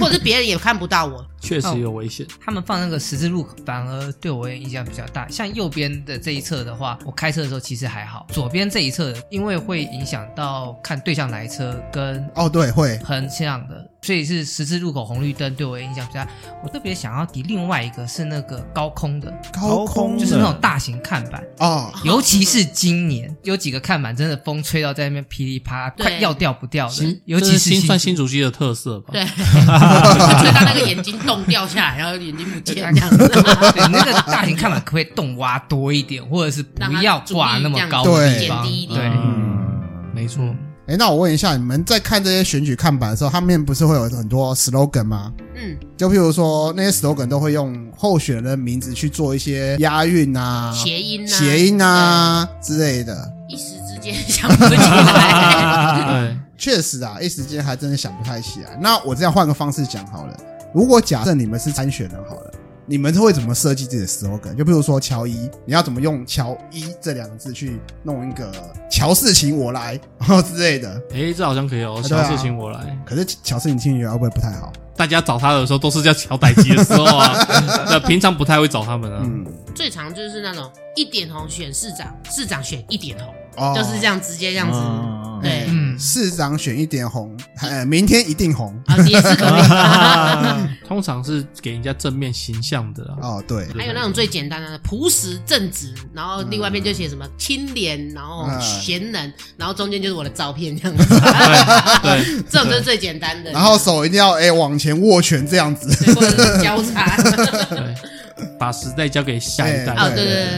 Speaker 3: 或者是别人也看不到我。
Speaker 4: 确实有危险。
Speaker 5: 他们放那个十字路口反而对我印象比较大。像右边的这一侧的话，我开车的时候其实还好，左边这一侧因为会影响到看对向来车跟
Speaker 6: 哦，对，会，
Speaker 5: 横向的，所以是十字路口红绿灯对我印象比较大。我特别想要提另外一个是那个高空的，
Speaker 6: 高
Speaker 2: 高
Speaker 6: 空
Speaker 2: 空
Speaker 5: 就是那种大型看板。
Speaker 6: 哦，
Speaker 5: 尤其是今年有几个看板，真的风吹到在那边噼里啪啦，
Speaker 3: 对
Speaker 5: 快要掉不掉的
Speaker 4: 新。
Speaker 5: 尤
Speaker 4: 这
Speaker 5: 其是
Speaker 4: 新
Speaker 5: 竹
Speaker 4: 算新主机的特色吧，
Speaker 3: 对，所以他那个眼睛洞掉下来，然后眼睛不见 这样子。
Speaker 5: 对，那个大型看板可不可以洞挖多一点，或者是不要挂那么高的地方？
Speaker 3: 让它注意这
Speaker 5: 对
Speaker 3: 样
Speaker 4: 子，
Speaker 2: 嗯，
Speaker 4: 没错，
Speaker 6: 哎，那我问一下，你们在看这些选举看板的时候，他们不是会有很多 slogan 吗？
Speaker 3: 嗯，
Speaker 6: 就譬如说，那些 slogan 都会用候选人的名字去做一些押韵啊、
Speaker 3: 谐音啊，
Speaker 6: 谐音啊之类的。
Speaker 3: 对，一时之间想不起来。
Speaker 4: 对，
Speaker 6: 确实啊，一时间还真的想不太起来。那我这样换个方式讲好了，如果假设你们是参选人好了，你们会怎么设计自己的 slogan？就比如说乔伊，你要怎么用“乔伊”这两个字去弄一个“乔事情我来”然后之类的？
Speaker 4: 哎，这好像可以哦，
Speaker 6: 对
Speaker 4: 小
Speaker 6: 啊
Speaker 4: 事情我来。
Speaker 6: 可是乔事情听起来会不会不太好？
Speaker 4: 大家找他的时候都是叫小歹吉的时候 啊，那平常不太会找他们啊。
Speaker 6: 嗯，
Speaker 3: 最常就是那种一点红选市长，市长选一点红，
Speaker 6: 哦哎
Speaker 3: 就是这。样直接这样子。
Speaker 2: 嗯
Speaker 3: 对，
Speaker 5: 嗯，
Speaker 6: 市长选一点红，呃，明天一定红。
Speaker 3: 啊，也是可以。
Speaker 4: 通常是给人家正面形象的啊。
Speaker 6: 哦，对，
Speaker 3: 还有那种最简单的朴实正直，然后另外一边就写什么
Speaker 6: 嗯
Speaker 3: 清廉，然后贤能，然后中间就是我的照片这样子。
Speaker 4: 对，
Speaker 3: 这种就是最简单的。
Speaker 6: 然后手一定要哎、往前握拳这样子。
Speaker 3: 对或者是交叉，
Speaker 4: 对，把时代交给下一代嗯
Speaker 6: 哎
Speaker 3: 哦，对对对
Speaker 4: 之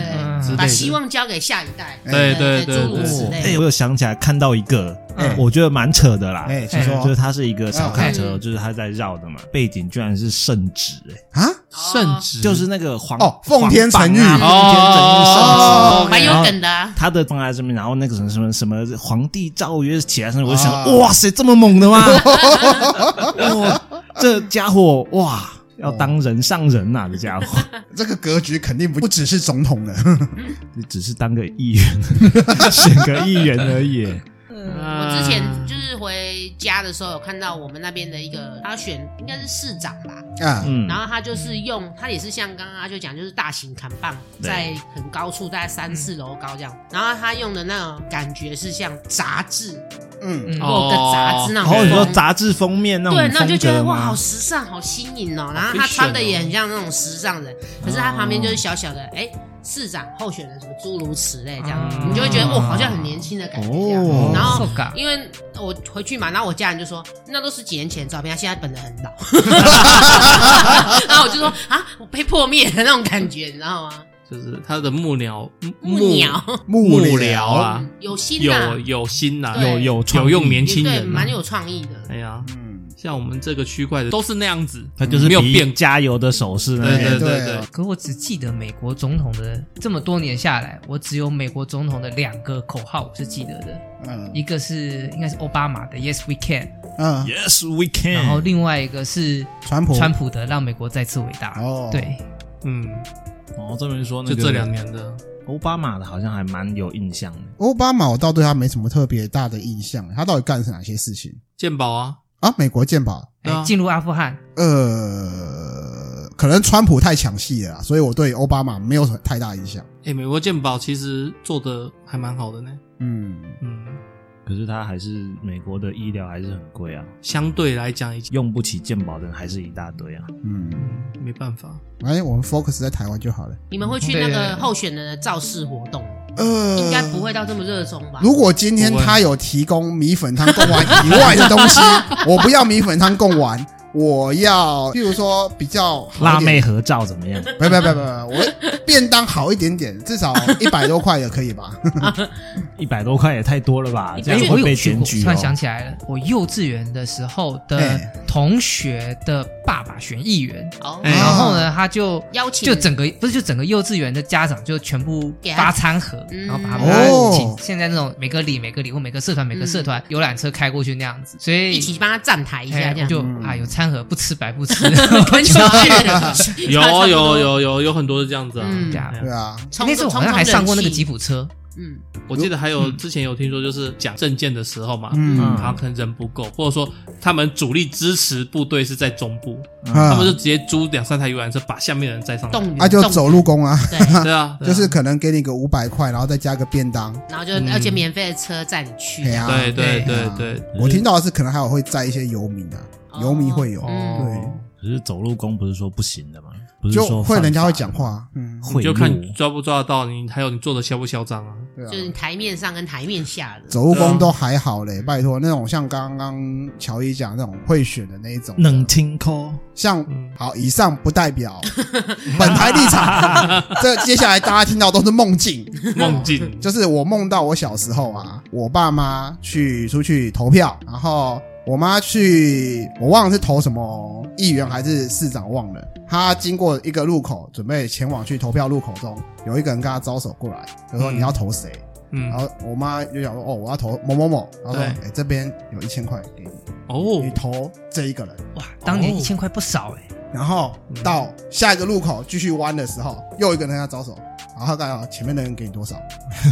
Speaker 3: 对，
Speaker 4: 类
Speaker 3: 把
Speaker 4: 的。
Speaker 3: 希望交给下一代。
Speaker 4: 嗯对对
Speaker 3: 诸如
Speaker 4: 对
Speaker 3: 此
Speaker 2: 哎、
Speaker 3: 类。
Speaker 2: 我有想起来看到一个，
Speaker 6: 嗯
Speaker 2: 我觉得蛮扯的啦。
Speaker 6: 哎，请说
Speaker 2: 就是它是一个小卡
Speaker 3: 嗯
Speaker 2: 车，就是它在绕的嘛，背景居然是圣旨、哎，
Speaker 6: 啊，
Speaker 3: 哦
Speaker 4: 圣旨
Speaker 2: 就是那个黄
Speaker 6: 哦奉天承运
Speaker 2: 黄榜啊奉天承运圣旨，
Speaker 4: 哦
Speaker 3: 蛮有
Speaker 2: 然后
Speaker 3: 梗的啊。
Speaker 2: 他的放在这边，然后那个什么什么什么皇帝诏曰起来的时候，我就想，
Speaker 6: 啊
Speaker 2: 哇塞，这么猛的吗？哇，这家伙哇，要当人上人呐、这家伙，
Speaker 6: 这个格局肯定不不只是总统了。
Speaker 2: 你只是当个议员，选个议员而已。
Speaker 5: 嗯
Speaker 3: 我之前
Speaker 4: 啊
Speaker 3: 就是回家的时候，有看到我们那边的一个，他选应该是市长吧，
Speaker 6: 啊，
Speaker 2: 嗯
Speaker 3: 然，后他就是用，他也是像刚刚阿就讲，就是大型扛棒，
Speaker 2: 对
Speaker 3: 在很高处，大概三四楼高这样。然后他用的那种感觉是像杂志，
Speaker 6: 嗯，
Speaker 5: 嗯
Speaker 3: 某个杂志那
Speaker 2: 然
Speaker 3: 种
Speaker 2: 后
Speaker 3: 风。
Speaker 2: 哦你说杂志封面那种
Speaker 3: 对，那就
Speaker 2: 风
Speaker 3: 觉
Speaker 2: 格
Speaker 3: 得哇，好
Speaker 2: 吗？
Speaker 3: 时尚，好新颖哦。然
Speaker 4: 好
Speaker 3: 后他
Speaker 4: fashion
Speaker 3: 穿的
Speaker 4: 哦
Speaker 3: 也很像那种时尚人，可是他旁边就是小小的，哎，市长候选人什么诸如此类这样，
Speaker 5: 嗯
Speaker 3: 你就会觉得哇，好像很年轻的感觉这样。
Speaker 2: 哦
Speaker 3: 然后
Speaker 5: 受感
Speaker 3: 因为我回去嘛，然后我家人就说那都是几年前的照片，他现在本人很老。 然后我就说啊，我被破灭的那种感觉，你知道吗？
Speaker 4: 就是他的幕僚
Speaker 3: 木鸟
Speaker 6: 幕
Speaker 4: 幕僚啊，
Speaker 3: 有心呐
Speaker 4: 有，有心呐，
Speaker 3: 对有
Speaker 2: 有创
Speaker 4: 有
Speaker 2: 意
Speaker 4: 用年轻
Speaker 2: 啊
Speaker 3: 对，
Speaker 4: 人，啊
Speaker 3: 蛮。有创意的。
Speaker 4: 哎呀，
Speaker 6: 嗯，
Speaker 4: 像我们这个区块的都是那样子，
Speaker 2: 它就是
Speaker 4: 没有
Speaker 2: 比
Speaker 4: 变。
Speaker 2: 加油的手势那
Speaker 4: 对
Speaker 2: 种
Speaker 4: 对
Speaker 6: 对
Speaker 4: 对
Speaker 6: 啊
Speaker 5: 可我只记得美国总统的这么多年下来，我只有美国总统的两个口号我是记得的，
Speaker 6: 嗯
Speaker 5: 一个是应该是奥巴马的 “Yes we can”，
Speaker 6: 嗯，
Speaker 2: ，Yes we can。
Speaker 5: 然后另外一个是
Speaker 6: 川普，
Speaker 5: 川普的“让美国再次伟大”。
Speaker 6: 哦
Speaker 5: 对，
Speaker 4: 嗯，
Speaker 2: 哦，这边说那
Speaker 4: 就
Speaker 2: 个
Speaker 4: 这两年的，
Speaker 2: 奥巴马的好像还蛮有印象的。
Speaker 6: 奥巴马，我倒对他没什么特别大的印象，他到底干了哪些事情
Speaker 4: 鉴宝啊，
Speaker 6: 啊？美国健保，
Speaker 5: 哎
Speaker 4: 对啊
Speaker 5: 进入阿富汗，
Speaker 6: 呃，可能川普太抢戏了啦，所以我对奥巴马没有什么太大印象。
Speaker 4: 哎，美国鉴宝其实做的还蛮好的呢。
Speaker 6: 嗯，
Speaker 4: 嗯，
Speaker 2: 可是他还是美国的医疗还是很贵啊，
Speaker 4: 相对来讲已经
Speaker 2: 用不起健保的人还是一大堆啊。
Speaker 6: 嗯，
Speaker 4: 没 办法。
Speaker 6: 哎，我们 focus 在台湾就好了。
Speaker 3: 你们会去那
Speaker 5: 对
Speaker 3: 个候选人的造势活动吗？
Speaker 6: 呃，
Speaker 3: 应该不会到这么热衷吧？
Speaker 6: 如果今天他有提供米粉汤贡丸以外的东西， 我不要米粉汤贡丸，我要，譬如说比较好
Speaker 2: 辣
Speaker 6: 一点，
Speaker 2: 妹合照怎么 样？
Speaker 6: 不不不不，不我便当好一点点，至少一百多块也可以吧？
Speaker 2: 一百多块也太多了吧？
Speaker 3: 你
Speaker 6: 哎
Speaker 2: 这样
Speaker 5: 我
Speaker 2: 会
Speaker 5: 有
Speaker 2: 被
Speaker 5: 去
Speaker 2: 检
Speaker 5: 过，我
Speaker 2: 举
Speaker 5: 突
Speaker 2: 哦
Speaker 5: 然。想起来了，我幼稚园的时候的
Speaker 6: 哎
Speaker 5: 同学的爸爸选议员，
Speaker 3: 哦，
Speaker 4: 哎
Speaker 5: 然后呢，他就
Speaker 3: 邀请
Speaker 5: 就整个不是就整个幼稚园的家长就全部
Speaker 3: 给他
Speaker 5: 发餐盒，
Speaker 3: 嗯
Speaker 5: 然后把他
Speaker 6: 哦
Speaker 5: 们请现在那种每个里每个里或每个社团每个社团游览车开过去那样子，所以
Speaker 3: 嗯一起帮他站台一
Speaker 5: 哎
Speaker 3: 下，这样
Speaker 5: 就
Speaker 6: 嗯
Speaker 5: 啊有餐盒不吃 白不吃，
Speaker 3: 很久 去
Speaker 4: 有有，有有有很多是这样子啊。
Speaker 3: 嗯
Speaker 5: 对啊
Speaker 6: 对啊，
Speaker 3: 冲
Speaker 5: 那次我好像还上过那个吉，普车，
Speaker 3: 冲冲人气嗯，
Speaker 4: 我记得还有之前有听说，就是讲证件的时候嘛，
Speaker 6: 嗯
Speaker 4: 然后可能人不够，或者说他们主力支持部队是在中部，他
Speaker 6: 啊
Speaker 4: 们就直接租两三台游览车把下面的人载上来。
Speaker 3: 动员
Speaker 6: 啊就走路工啊，
Speaker 3: 对，
Speaker 4: 对啊，对啊
Speaker 6: 就是可能给你个五百块，然后再加个便当。
Speaker 3: 然后就而且免费的车载你去
Speaker 6: 对，啊，
Speaker 4: 对对
Speaker 5: 对
Speaker 4: 对
Speaker 6: 啊
Speaker 4: 对，
Speaker 6: 我听到的是可能还有会载一些游民啊，游民会有，
Speaker 3: 嗯
Speaker 6: 对，
Speaker 2: 可是走路工不是说不行的吗？不是
Speaker 6: 就
Speaker 2: 说
Speaker 6: 会人家会
Speaker 2: 犯
Speaker 6: 讲
Speaker 2: 法
Speaker 6: 话，嗯，
Speaker 2: 贿
Speaker 4: 你就看
Speaker 2: 赂。
Speaker 4: 抓不抓得到你，还有你做的嚣不嚣张 啊？
Speaker 6: 对啊
Speaker 3: 就是台面上跟台面下的，
Speaker 6: 走路工都还好嘞，拜托那种像刚刚乔伊讲那种会选的那一种，
Speaker 2: 能听扣
Speaker 6: 像
Speaker 4: 嗯
Speaker 6: 好，以上不代表本台立场。 这接下来大家听到都是梦境，
Speaker 4: 梦 境
Speaker 6: 就是我梦到我小时候啊，我爸妈去出去投票，然后我妈去，我忘了是投什么议员还是市长，忘了。她经过一个路口，准备前往去投票路口中，有一个人跟她招手过来，就说
Speaker 4: 嗯
Speaker 6: 你要投谁？
Speaker 4: 嗯
Speaker 6: 然后我妈就想说，哦，我要投某某某，然后说，
Speaker 4: 对
Speaker 6: 哎、这边有一千块给你，
Speaker 4: 哦
Speaker 6: 你，投这一个人。
Speaker 5: 哇，当年
Speaker 4: 哦
Speaker 5: 一千块不少哎，
Speaker 6: 然后到下一个路口继续弯的时候，又一个人跟他招手，然后他刚好前面的人给你多少，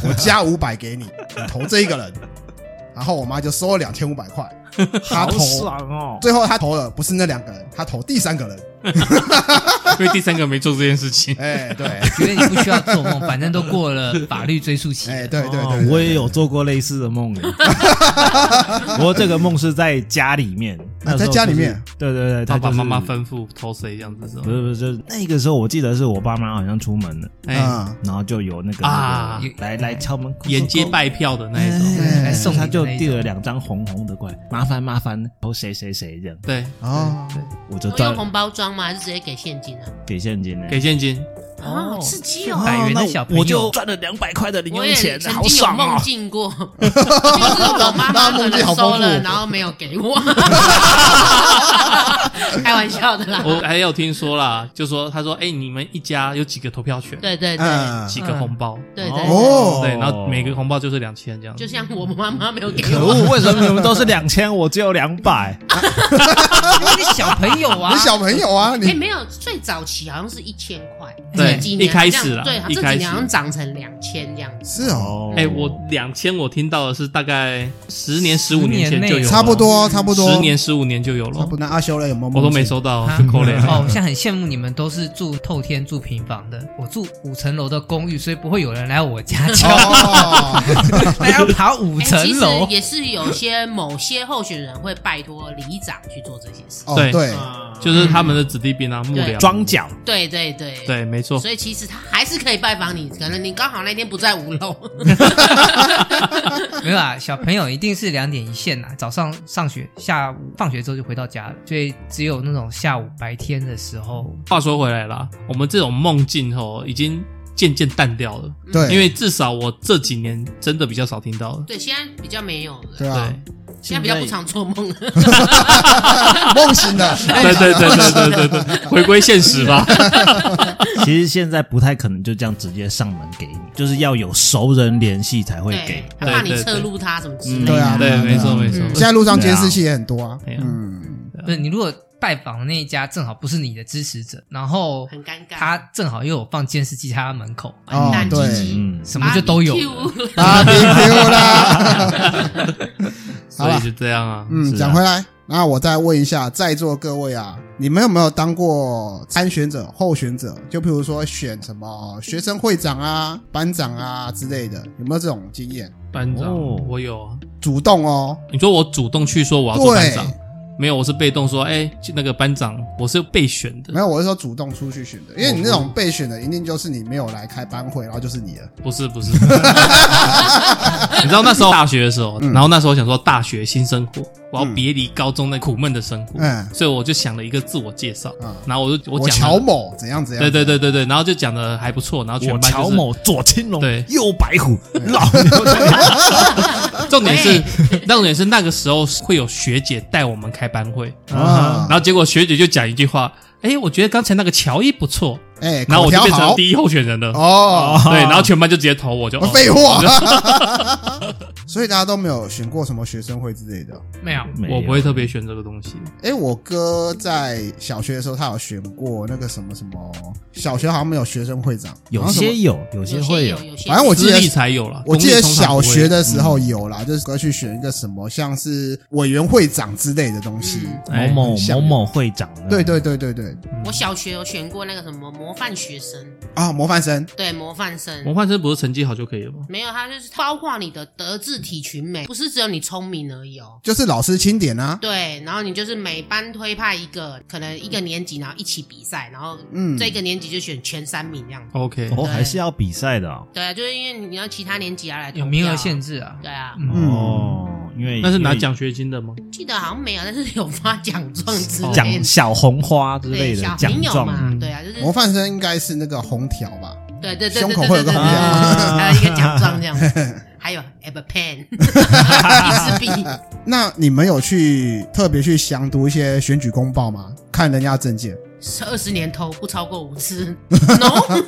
Speaker 6: 我加五百给你，你投这一个人。然后我妈就收了两千五百块，她
Speaker 2: 好
Speaker 6: 投，
Speaker 2: 爽哦！
Speaker 6: 最后她投了不是那两个人，她投第三个人，
Speaker 4: 因为第三个没做这件事情。
Speaker 6: 哎， 对，
Speaker 5: 觉得你不需要做梦，反正都过了法律追溯期了。
Speaker 6: 哎，对对对
Speaker 2: 哦
Speaker 6: 对，
Speaker 2: 我也有做过类似的梦 耶。不过这个梦是在家里面，
Speaker 5: 啊
Speaker 2: 那时候
Speaker 6: 在家里
Speaker 2: 就是
Speaker 6: 面，
Speaker 2: 对对对，他
Speaker 4: 爸爸
Speaker 2: 就是
Speaker 4: 妈妈吩咐偷谁这样子是
Speaker 2: 不
Speaker 4: 吗？
Speaker 2: 是不是，就是那个时候我记得是我爸妈好像出门了，
Speaker 4: 哎，
Speaker 6: 啊，
Speaker 2: 然后就有那个
Speaker 4: 啊
Speaker 2: 那个来来敲门，
Speaker 4: 沿街拜票的那一种。
Speaker 2: 哎
Speaker 5: 来送
Speaker 2: 他
Speaker 5: 你的
Speaker 2: 就
Speaker 5: 那一
Speaker 2: 递
Speaker 5: 种
Speaker 2: 了两张红红的过来，麻烦麻烦，哦谁谁谁这样，
Speaker 4: 对，
Speaker 6: 哦，
Speaker 2: 我就
Speaker 3: 我用
Speaker 2: 赚
Speaker 3: 红包装吗？还是直接给现金啊？
Speaker 2: 给现金呢。
Speaker 4: 给现金，
Speaker 3: 啊，好刺激哦！
Speaker 2: 哎
Speaker 5: 百元的小朋友，
Speaker 2: 我就赚了两百块的零
Speaker 3: 我
Speaker 2: 用
Speaker 3: 也
Speaker 2: 钱，
Speaker 3: 曾
Speaker 2: 好
Speaker 3: 经有
Speaker 2: 爽
Speaker 3: 梦
Speaker 2: 哦！
Speaker 3: 境过，就是我妈妈可能收了，然后没有给 我，开玩笑的啦。
Speaker 4: 我还有听说啦，就说他说，哎，你们一家有几个投票权，
Speaker 3: 对对对
Speaker 6: 嗯，
Speaker 4: 几个红包，
Speaker 3: 对对对，
Speaker 6: 哦，
Speaker 4: 对，然后每个红包就是两千这样
Speaker 3: 就
Speaker 4: 子。
Speaker 3: 像我妈妈没有给
Speaker 2: 可
Speaker 3: 我，
Speaker 2: 恶，为什么你们都是两千，我只有两百？
Speaker 5: 因为你小朋友啊
Speaker 6: 你，小朋友啊，
Speaker 3: 哎，
Speaker 6: 你
Speaker 3: 没有，最早期好像是一千块，
Speaker 4: 对
Speaker 3: 这几年
Speaker 4: 一开始啦
Speaker 3: 这样对，
Speaker 4: 一
Speaker 3: 这
Speaker 4: 开
Speaker 3: 几
Speaker 4: 始
Speaker 3: 年好像涨成两千这样子。
Speaker 6: 是哦，
Speaker 2: 哦
Speaker 4: 哎，我两千我听到的是大概十年、十五年前就有了，
Speaker 6: 差不多差不多，
Speaker 4: 十年、十五年就有
Speaker 6: 差
Speaker 4: 了
Speaker 6: 不，多。那阿修嘞有没有？
Speaker 4: 我都没，收到，
Speaker 5: 啊
Speaker 4: 很可怜。
Speaker 5: 哦，我现在很羡慕你们都是住透天、住平房的，我住五层楼的公寓，所以不会有人来我 家敲，
Speaker 6: 哦，
Speaker 5: 那要爬五
Speaker 3: 哎
Speaker 5: 层
Speaker 3: 其实
Speaker 5: 楼。
Speaker 3: 也是有些某些候选人会拜托里长去做这些事。
Speaker 6: 哦
Speaker 4: 对
Speaker 6: 对，
Speaker 4: 就是他们的子弟兵啊、幕僚，
Speaker 2: 装脚，
Speaker 3: 对对对，
Speaker 4: 对，没错，
Speaker 3: 所以其实他还是可以拜访你，可能你刚好那天不在五楼。
Speaker 6: 嗯
Speaker 5: 没有啊，小朋友一定是两点一线呐、早上上学，下午放学之后就回到家了，所以只有那种下午白天的时候，
Speaker 4: 话说回来啦，我们这种梦境哦，已经渐渐淡掉了，
Speaker 6: 对，
Speaker 4: 因为至少我这几年真的比较少听到了。
Speaker 3: 对，现在比较没有了，
Speaker 6: 对啊，
Speaker 4: 对
Speaker 3: 现在比较不常做梦了。
Speaker 6: 梦醒的，
Speaker 4: 对对对对对对对，回归现实吧。
Speaker 2: 其实现在不太可能就这样直接上门给你，就是要有熟人联系才会给
Speaker 3: 对。，他怕你
Speaker 4: 对对
Speaker 3: 侧录他什么之
Speaker 4: 嗯
Speaker 3: 类
Speaker 6: 对啊
Speaker 3: 的。
Speaker 4: 对，没错
Speaker 6: 嗯
Speaker 4: 没错。
Speaker 6: 现在路上监视器也很多啊，
Speaker 4: 对啊
Speaker 6: 嗯，
Speaker 5: 不是你如果拜访的那一家正好不是你的支持者，然后
Speaker 3: 很尴尬
Speaker 5: 他正好又有放监视器在他门口，
Speaker 6: 哦
Speaker 3: 蛋鸡
Speaker 6: 对，
Speaker 3: 鸡，
Speaker 2: 嗯，
Speaker 5: 什么就都有了。
Speaker 3: BBQ
Speaker 6: 芭比 Q 啦， 好
Speaker 4: 所以
Speaker 6: 了，
Speaker 4: 就这样啊。
Speaker 6: 嗯，
Speaker 2: 是啊
Speaker 6: 讲回来，那我再问一下在座各位啊，你们有没有当过参选者、候选者？就譬如说选什么学生会长啊、班长啊之类的，有没有这种经验？
Speaker 4: 班长，
Speaker 2: 哦
Speaker 4: 我有啊。
Speaker 6: 主动哦，
Speaker 4: 你说我主动去说我要哦做班
Speaker 6: 对，
Speaker 4: 长，没有，我是被动说，哎，那个班长我是被选
Speaker 6: 没
Speaker 4: 的，
Speaker 6: 有，我是说主动出去
Speaker 4: 哦
Speaker 6: 选的，因为你那种被选的，一定就是你没有来开班会，然后就是你了。
Speaker 4: 不是不是。 你知道那时候大学的时候，
Speaker 6: 嗯
Speaker 4: 然后那时候想说大学新生活，我要别离高中那苦闷的生活，
Speaker 6: 嗯
Speaker 4: 所以我就想了一个自我介绍
Speaker 6: 嗯，
Speaker 4: 然后我就
Speaker 6: 我
Speaker 4: 我讲
Speaker 6: 乔
Speaker 4: 了，
Speaker 6: 某怎样怎样？
Speaker 4: 对对对对对，然后就讲的还不错，然后全
Speaker 2: 我
Speaker 4: 班就
Speaker 2: 乔
Speaker 4: 是
Speaker 2: 某左青龙
Speaker 4: 对，
Speaker 2: 右白虎， 老牛在
Speaker 4: 重点是，
Speaker 6: 哎
Speaker 4: 重点是那个时候会有学姐带我们开班会，
Speaker 6: 啊
Speaker 4: 然，后结果学姐就讲一句话，哎，我觉得刚才那个乔伊不错，
Speaker 6: 哎，
Speaker 4: 然后我
Speaker 6: 口
Speaker 4: 就
Speaker 6: 条
Speaker 4: 变成
Speaker 6: 好
Speaker 4: 第一候选人了。
Speaker 6: 哦，
Speaker 4: 对，然后全班就直接投我就，哦
Speaker 6: 废话， 所以大家都没有选过什么学生会之类的。
Speaker 5: 没有，
Speaker 2: 没有
Speaker 4: 我不会特别选这个东西。
Speaker 6: 哎，我哥在小学的时候，他有选过那个什么什么，小学好像没有学生会长，
Speaker 2: 有
Speaker 6: 好像什
Speaker 2: 些
Speaker 6: 么。
Speaker 2: 有，有些会有
Speaker 3: 有，。有些
Speaker 6: 反正我记
Speaker 4: 私
Speaker 6: 得
Speaker 4: 立才有了，
Speaker 6: 我记得
Speaker 4: 公立通常不
Speaker 6: 小
Speaker 4: 会
Speaker 6: 学的时候有啦，就是哥去选一个什么，像是委员会长之类的东西。
Speaker 3: 嗯
Speaker 2: 某
Speaker 4: 哎
Speaker 2: 某
Speaker 6: 很像
Speaker 2: 某某会长，
Speaker 6: 对，对对对对，
Speaker 3: 我小学有选过那个什么模范学生，
Speaker 6: 啊，模范生
Speaker 3: 对模范
Speaker 4: 模
Speaker 3: 生。
Speaker 4: 范生不是成绩好就可以了吗？
Speaker 3: 没有，他就是包括你的德智体群美，不是只有你聪明而已哦。
Speaker 6: 就是老师钦点啊，
Speaker 3: 对，然后你就是每班推派一个，可能一个年级，然后一起比赛，然后
Speaker 6: 嗯
Speaker 3: 这个年级就选前三名这样子。
Speaker 4: OK，
Speaker 2: 哦，还是要比赛的哦。
Speaker 3: 对啊，就是因为你要其他年级要来投
Speaker 5: 有名
Speaker 3: 票
Speaker 5: 额
Speaker 3: 啊
Speaker 5: 限。制啊。
Speaker 3: 对啊，
Speaker 6: 嗯
Speaker 2: 哦，因为
Speaker 4: 那是拿
Speaker 2: 因为
Speaker 4: 奖学金的吗？
Speaker 3: 记得好像没有，但是有发奖状之类的
Speaker 2: 奖小红花之类
Speaker 3: 对
Speaker 2: 的
Speaker 3: 小
Speaker 2: 奖
Speaker 3: 朋友
Speaker 2: 状，
Speaker 3: 嘛，对啊，就是
Speaker 6: 嗯模范生应该是那个红条吧？
Speaker 3: 对对对对对对
Speaker 6: 胸口会有个
Speaker 3: 对
Speaker 6: 红
Speaker 3: 对
Speaker 6: 条
Speaker 3: 还有一个奖状这样子，还有 a b pen 一支笔，
Speaker 6: 那你们有去特别去详读一些选举公报吗？看人家证件
Speaker 3: 是二十年头不超过五次 ，no，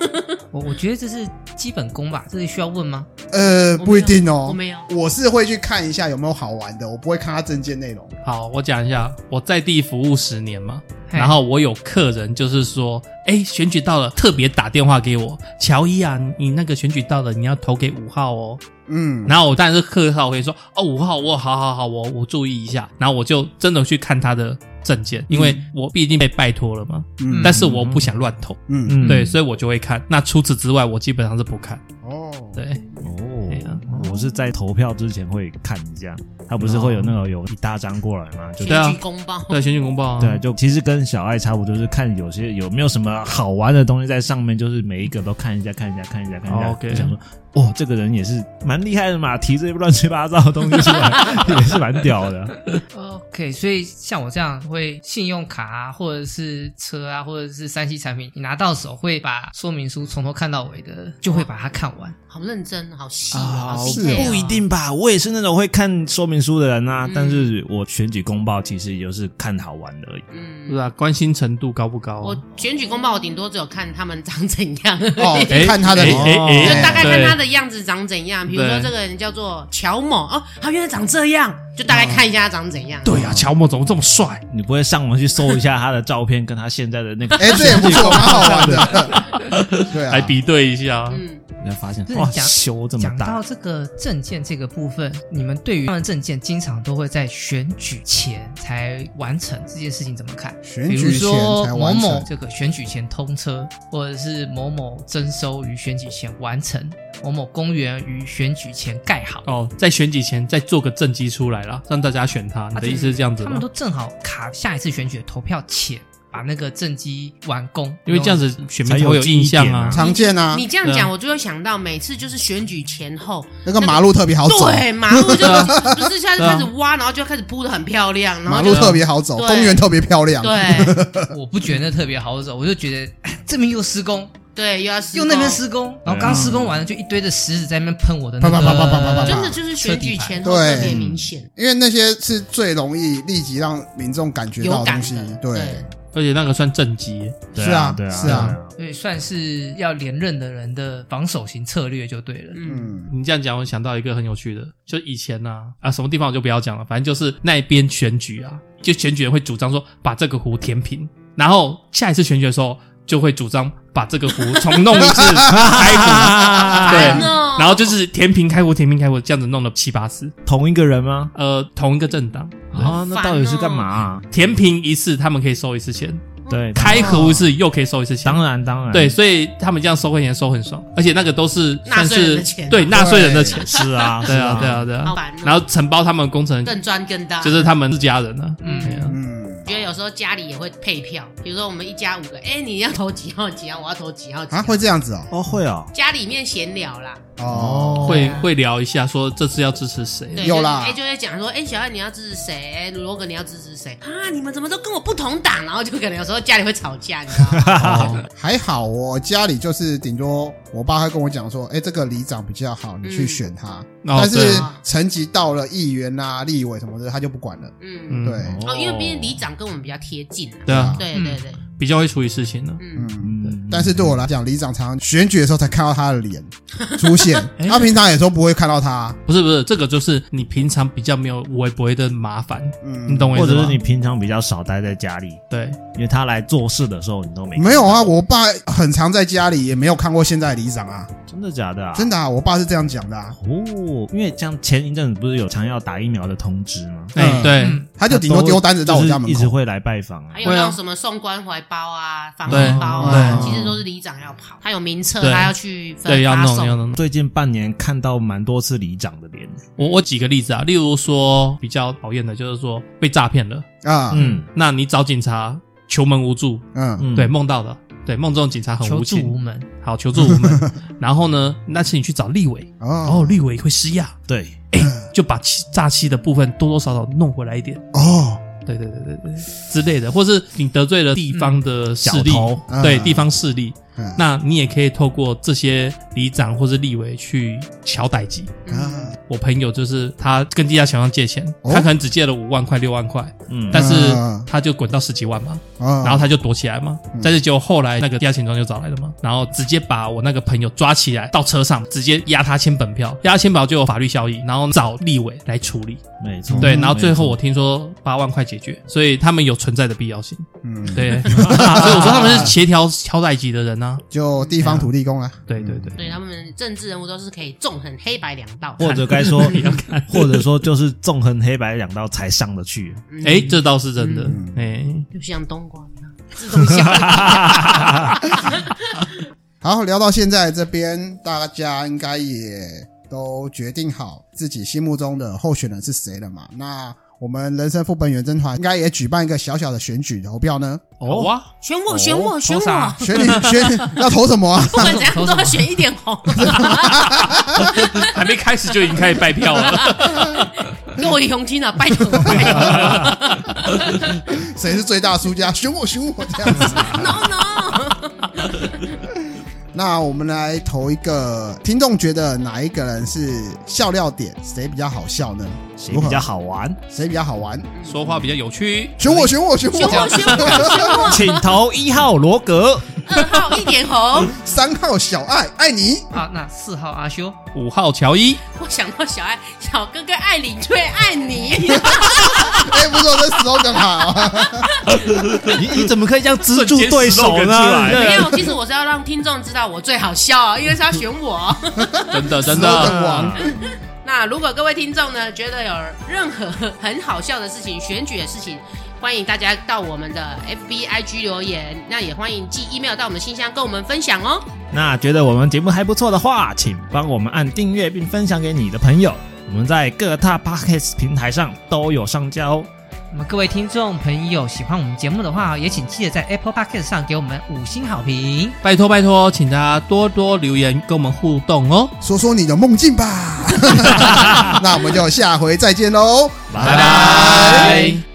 Speaker 5: 我我觉得这是基本功吧，这是需要问吗？
Speaker 6: 呃，
Speaker 3: 我没有
Speaker 6: 不一定哦。
Speaker 3: 我没有
Speaker 6: 我是会去看一下有没有好玩的，我不会看他证件内容。
Speaker 4: 好，我讲一下，我在地服务十年嘛，
Speaker 5: 嘿
Speaker 4: 然后我有客人就是说，哎，选举到了，特别打电话给我，乔伊啊，你那个选举到了，你要投给五号哦。
Speaker 6: 嗯，
Speaker 4: 然后我当然是客套，我会说，哦，五号，我好好好，我我注意一下。然后我就真的去看他的证件，因为我毕竟被拜托了嘛。
Speaker 6: 嗯
Speaker 4: 但是我不想乱投，
Speaker 6: 嗯
Speaker 2: 嗯，
Speaker 4: 对，所以我就会看。那除此之外，我基本上是不看。
Speaker 6: 哦，
Speaker 4: 对，哎呀哦
Speaker 2: 哦，我是在投票之前会看一下，他不是会有那个有一大张过来吗？就
Speaker 4: 对啊
Speaker 3: 选举公报，
Speaker 4: 对，选举公报啊，
Speaker 2: 对，就其实跟小爱差不多，就是看有些有没有什么好玩的东西在上面，就是每一个都看一下，看一下，看一下，看一下，
Speaker 4: 哦，OK
Speaker 2: 就想说，哦，这个人也是蛮厉害的嘛，提这些乱七八糟的东西出来， 也是蛮屌的。
Speaker 5: OK，所以像我这样会信用卡啊，或者是车啊，或者是三 C 产品，你拿到手会把说明书从头看到尾的，就会把它看完。
Speaker 3: 好认真，好细哦，
Speaker 6: 啊
Speaker 3: 好
Speaker 6: 是
Speaker 3: detail
Speaker 6: 哦
Speaker 2: 不一定吧，我也是那种会看说明书的人啊，
Speaker 3: 嗯
Speaker 2: 但是我选举公报其实也就是看好玩的而已。
Speaker 4: 是
Speaker 3: 嗯，
Speaker 4: 啊，关心程度高不高啊？
Speaker 3: 我选举公报我顶多只有看他们长怎样，
Speaker 6: 哦
Speaker 3: 就
Speaker 4: 哎
Speaker 6: 看他的
Speaker 4: 哎
Speaker 6: 脸
Speaker 4: 哎哎
Speaker 6: 就
Speaker 3: 大概看
Speaker 4: 对
Speaker 3: 他的样子长怎样。比如说
Speaker 4: 对
Speaker 3: 这个人叫做乔某，哦，他原来长这样，就大概看一下他长怎样。
Speaker 4: 对呀、啊乔某怎么这么帅？
Speaker 2: 你不会上网去搜一下他的照片，跟他现在的那个，
Speaker 6: 哎，这也不错，蛮好玩的。对啊，
Speaker 4: 来比对一下。
Speaker 3: 嗯，
Speaker 2: 你会发现
Speaker 5: 是
Speaker 2: 哇，
Speaker 5: 讲
Speaker 2: 修这么
Speaker 5: 讲
Speaker 2: 大
Speaker 5: 到，这个证件这个部分，你们对于他们证件经常都会在选举前才完成这件事情怎么看？
Speaker 6: 选
Speaker 5: 比如
Speaker 6: 举前
Speaker 5: 说
Speaker 6: 才
Speaker 5: 某
Speaker 6: 完
Speaker 5: 某
Speaker 6: 成，
Speaker 5: 这个选举前通车，或者是某某征收于选举前完成，某某公园于选举前盖好。
Speaker 4: 哦，在选举前再做个政绩出来啦，让大家选他。你
Speaker 5: 啊
Speaker 4: 的意思是这样子
Speaker 5: 他
Speaker 4: 吗
Speaker 5: 们都？正好卡下一次选举的投票前，把那个政绩完工，
Speaker 4: 因为这样子选民才会有印象啊。
Speaker 6: 常见啊，
Speaker 3: 你这样讲，
Speaker 4: 对
Speaker 3: 我就会想到每次就是选举前后，
Speaker 6: 那个马路特别好走，
Speaker 3: 对马路就
Speaker 4: 对啊
Speaker 3: 不是现在就开始挖，然后就开始铺的很漂亮，然
Speaker 6: 啊马
Speaker 3: 后
Speaker 6: 路
Speaker 3: 就
Speaker 6: 特别好走，
Speaker 3: 对
Speaker 6: 公园特别漂亮。
Speaker 3: 对
Speaker 5: 我不觉得那特别好走，我就觉得哎这边又施工，
Speaker 3: 对 又要施
Speaker 5: 又那
Speaker 4: 啊
Speaker 5: 边
Speaker 3: 工
Speaker 5: 施
Speaker 4: 嗯
Speaker 5: 工，然后刚施工完了就一堆的石子在那边喷我的那
Speaker 6: 啪啪啪啪啪啪
Speaker 5: 个，
Speaker 6: 啪
Speaker 3: 真的就是选举前后
Speaker 6: 对
Speaker 3: 特别明显，
Speaker 6: 因为那些是最容易立即让民众感觉到
Speaker 3: 有
Speaker 6: 的
Speaker 3: 感
Speaker 6: 东西
Speaker 3: 的，，
Speaker 6: 对，
Speaker 4: 而且那个算政绩，
Speaker 2: 对
Speaker 6: 是啊
Speaker 2: 对啊，
Speaker 6: 是啊
Speaker 2: 对
Speaker 5: 所以算是要连任的人的防守型策略就对了。
Speaker 3: 嗯，
Speaker 6: 嗯，
Speaker 4: 你这样讲，我想到一个很有趣的，就以前呐啊什么地方我就不要讲了，反正就是那边选举啊，就选举人会主张说把这个湖填平，然后下一次选举的时候就会主张把这个湖重弄一 次开湖，对
Speaker 2: 嗯
Speaker 3: 烦，哦
Speaker 4: 然后就是填平开湖填平开湖这样子弄了七八次，
Speaker 2: 同一个人吗？
Speaker 4: 呃，同一个政党
Speaker 2: 啊，那到底是干嘛啊？
Speaker 4: 填平一次他们可以收一次钱，
Speaker 5: 哦
Speaker 2: 对，
Speaker 4: 开湖一次又可以收一次钱，
Speaker 2: 哦当然当然，
Speaker 4: 对，所以他们这样收会员收很爽，而且那个都是
Speaker 3: 纳
Speaker 4: 算
Speaker 3: 税人的
Speaker 4: 是
Speaker 3: 钱啊
Speaker 4: 对纳税人的钱，
Speaker 2: 是啊，
Speaker 4: 对啊
Speaker 2: 是
Speaker 4: 对啊对
Speaker 3: 好
Speaker 4: 啊，
Speaker 3: 烦哦。
Speaker 4: 然后承包他们工程
Speaker 3: 更专更大，
Speaker 4: 就是他们自家人啊，嗯，
Speaker 5: 嗯
Speaker 4: 对啊
Speaker 6: 嗯，
Speaker 3: 觉得有时候家里也会配票，比如说我们一家五个，哎、你要投几号几号，我要投几号几号。
Speaker 6: 啊，会这样子哦，
Speaker 2: 哦，会哦，
Speaker 3: 家里面闲聊啦，
Speaker 6: 哦，
Speaker 4: 会
Speaker 3: 啊
Speaker 4: 会聊一下说这次要支 持谁，
Speaker 3: 对，
Speaker 6: 有
Speaker 3: 就是
Speaker 6: 啦
Speaker 3: 哎、就会讲说，哎、小爱你要支持谁？罗哥你要支持谁？啊，你们怎么都跟我不同党？然后就可能有时候家里会吵架，你知道吗？
Speaker 4: 哦
Speaker 6: 还好我家里就是顶多我爸会跟我讲说，哎，这个里长比较好，你去选他，但
Speaker 4: 嗯哦对啊
Speaker 6: 是层级到了议员啊、立委什么的，他就不管了，
Speaker 3: 嗯，
Speaker 4: 嗯
Speaker 6: 对，
Speaker 2: 啊
Speaker 3: 哦，因为毕竟里长跟我们比较贴近啊。
Speaker 4: 对啊，
Speaker 3: 对
Speaker 5: 嗯
Speaker 3: 对对，
Speaker 4: 比较会处理事情啊呢，
Speaker 3: 嗯，
Speaker 6: 嗯。
Speaker 2: 嗯
Speaker 6: 但是对我来讲，里长常常选举的时候才看到他的脸 出现，
Speaker 4: 哎
Speaker 6: 他平常也说不会看到他，
Speaker 4: 不是不是，这个就是你平常比较没有微博的麻烦，你
Speaker 6: 嗯，
Speaker 4: 懂我
Speaker 2: 或
Speaker 4: 意思
Speaker 2: 者
Speaker 4: 吗
Speaker 2: 是？你平常比较少待在家里，
Speaker 4: 对，
Speaker 2: 因为他来做事的时候你都
Speaker 4: 哎
Speaker 2: 没
Speaker 6: 没有啊，我爸很常在家里，也没有看过现在的里长啊，
Speaker 2: 真的假的啊？
Speaker 6: 真的啊，我爸是这样讲的啊，
Speaker 2: 哦，因为像前一阵子不是有常要打疫苗的通知吗？
Speaker 4: 哎
Speaker 6: 嗯
Speaker 4: 对，
Speaker 5: 嗯，
Speaker 6: 他就顶多丢单子到我家
Speaker 2: 就是
Speaker 6: 门
Speaker 2: 一直
Speaker 6: 口。
Speaker 2: 会来拜访啊
Speaker 3: 还。有
Speaker 4: 会啊
Speaker 3: 那种什么送关怀包啊、防疫包啊，
Speaker 6: 对
Speaker 3: 其实都是里长要跑，他有名册，
Speaker 4: 对
Speaker 3: 他要去分
Speaker 4: 对要
Speaker 3: 发
Speaker 4: 弄
Speaker 3: 送
Speaker 4: 要弄。
Speaker 2: 最近半年看到蛮多次里长的脸，
Speaker 4: 我我举个例子啊，例如说比较讨厌的就是说被诈骗了，
Speaker 6: 啊，嗯
Speaker 2: 嗯
Speaker 4: 那你找警察求门无助，
Speaker 6: 嗯
Speaker 2: 嗯，
Speaker 4: 对，梦到的，对，梦中警察很
Speaker 5: 求
Speaker 4: 无
Speaker 5: 助无
Speaker 4: 情，
Speaker 5: 门，
Speaker 4: 好求助无门。然后呢，那次你去找立委，哦，
Speaker 6: 哦
Speaker 4: 立委会施压，
Speaker 2: 对，
Speaker 4: 就把欺诈欺的部分多多少少弄回来一点，
Speaker 6: 哦，
Speaker 4: 对对对对对之类的，或是你得罪了地方的势力
Speaker 2: 嗯小，
Speaker 6: 头
Speaker 4: 对
Speaker 6: 嗯
Speaker 4: 地方势力，
Speaker 6: 嗯
Speaker 4: 那你也可以透过这些里长或是立委去敲歹机。
Speaker 6: 啊
Speaker 4: 我朋友就是他跟地下钱庄借钱，
Speaker 6: 哦
Speaker 4: 他可能只借了五万块、六万块，
Speaker 2: 嗯，
Speaker 4: 但是
Speaker 6: 嗯
Speaker 4: 他就滚到十几万嘛，
Speaker 6: 哦，
Speaker 4: 嗯然后他就躲起来嘛。但是结果后来那个地下钱庄就找来了嘛，然后直接把我那个朋友抓起来到车上，直接压他签本票，压他签表就有法律效益，然后找立委来处理。
Speaker 2: 没错，
Speaker 4: 对，然后最后
Speaker 2: 嗯没
Speaker 4: 我听说八万块解决，所以他们有存在的必要性。
Speaker 6: 嗯，
Speaker 4: 对， 所以我说他们是协调敲代级的人啊。
Speaker 6: 就地方土地公啊，
Speaker 4: 对对对，
Speaker 3: 对他们政治人物都是可以纵横黑白两道，
Speaker 2: 错或者该说，或者说就是纵横黑白两道才上得去。
Speaker 3: 嗯
Speaker 4: 哎，这倒是真的
Speaker 6: 嗯。
Speaker 4: 哎，
Speaker 3: 就像冬瓜一样，自动 消。
Speaker 6: 好，聊到现在这边，大家应该也都决定好自己心目中的候选人是谁了嘛？那我们人生副本远征团应该也举办一个小小的选举投票呢？
Speaker 4: 好
Speaker 2: 哦，
Speaker 4: 啊，
Speaker 3: 选我，选我，选
Speaker 5: 投啥
Speaker 3: 我！
Speaker 6: 选 你选要投什么啊？
Speaker 3: 不管怎样都要选一点红，
Speaker 4: 还没开始就已经开始拜票了。
Speaker 3: 给我一红金啊！拜托，拜托
Speaker 6: 谁是最大输家？选我，选我这样子。
Speaker 3: ，no no！
Speaker 6: 那我们来投一个听众觉得哪一个人是笑料点，谁比较好笑呢？
Speaker 2: 谁比较好玩？
Speaker 6: 谁比较好玩？
Speaker 4: 说话比较有趣，
Speaker 6: 选我，选我，选
Speaker 3: 选我，
Speaker 6: 我！
Speaker 3: 选我，选 我！
Speaker 2: 请投一号罗 格，
Speaker 3: 二号一点红，
Speaker 6: 三号小爱爱你，
Speaker 5: 啊，那四号阿修，
Speaker 4: 五号乔伊，
Speaker 3: 我想到小爱，小哥哥爱你，最爱你。
Speaker 6: 哎，不错，这 slogan 好。
Speaker 2: 你你怎么可以这样资助对手
Speaker 4: 瞬间 slogan
Speaker 2: 呢
Speaker 4: 出来？
Speaker 3: 没有，其实我是要让听众知道我最好笑啊，因为是要选我。
Speaker 4: 真的真
Speaker 6: slogan
Speaker 4: 的，
Speaker 6: 王，
Speaker 3: 那如果各位听众呢，觉得有任何很好笑的事情、选举的事情，欢迎大家到我们的 FB、IG 留言。那也欢迎寄 email 到我们信箱跟我们分享哦。
Speaker 2: 那觉得我们节目还不错的话，请帮我们按订阅并分享给你的朋友。我们在各大 podcast 平台上都有上架哦。
Speaker 5: 那么各位听众朋友，喜欢我们节目的话，也请记得在 Apple Podcast 上给我们五星好评。
Speaker 4: 拜托拜托，请大家多多留言跟我们互动哦。
Speaker 6: 说说你的梦境 吧。那我们就下回再见喽。
Speaker 2: 拜拜
Speaker 4: 拜。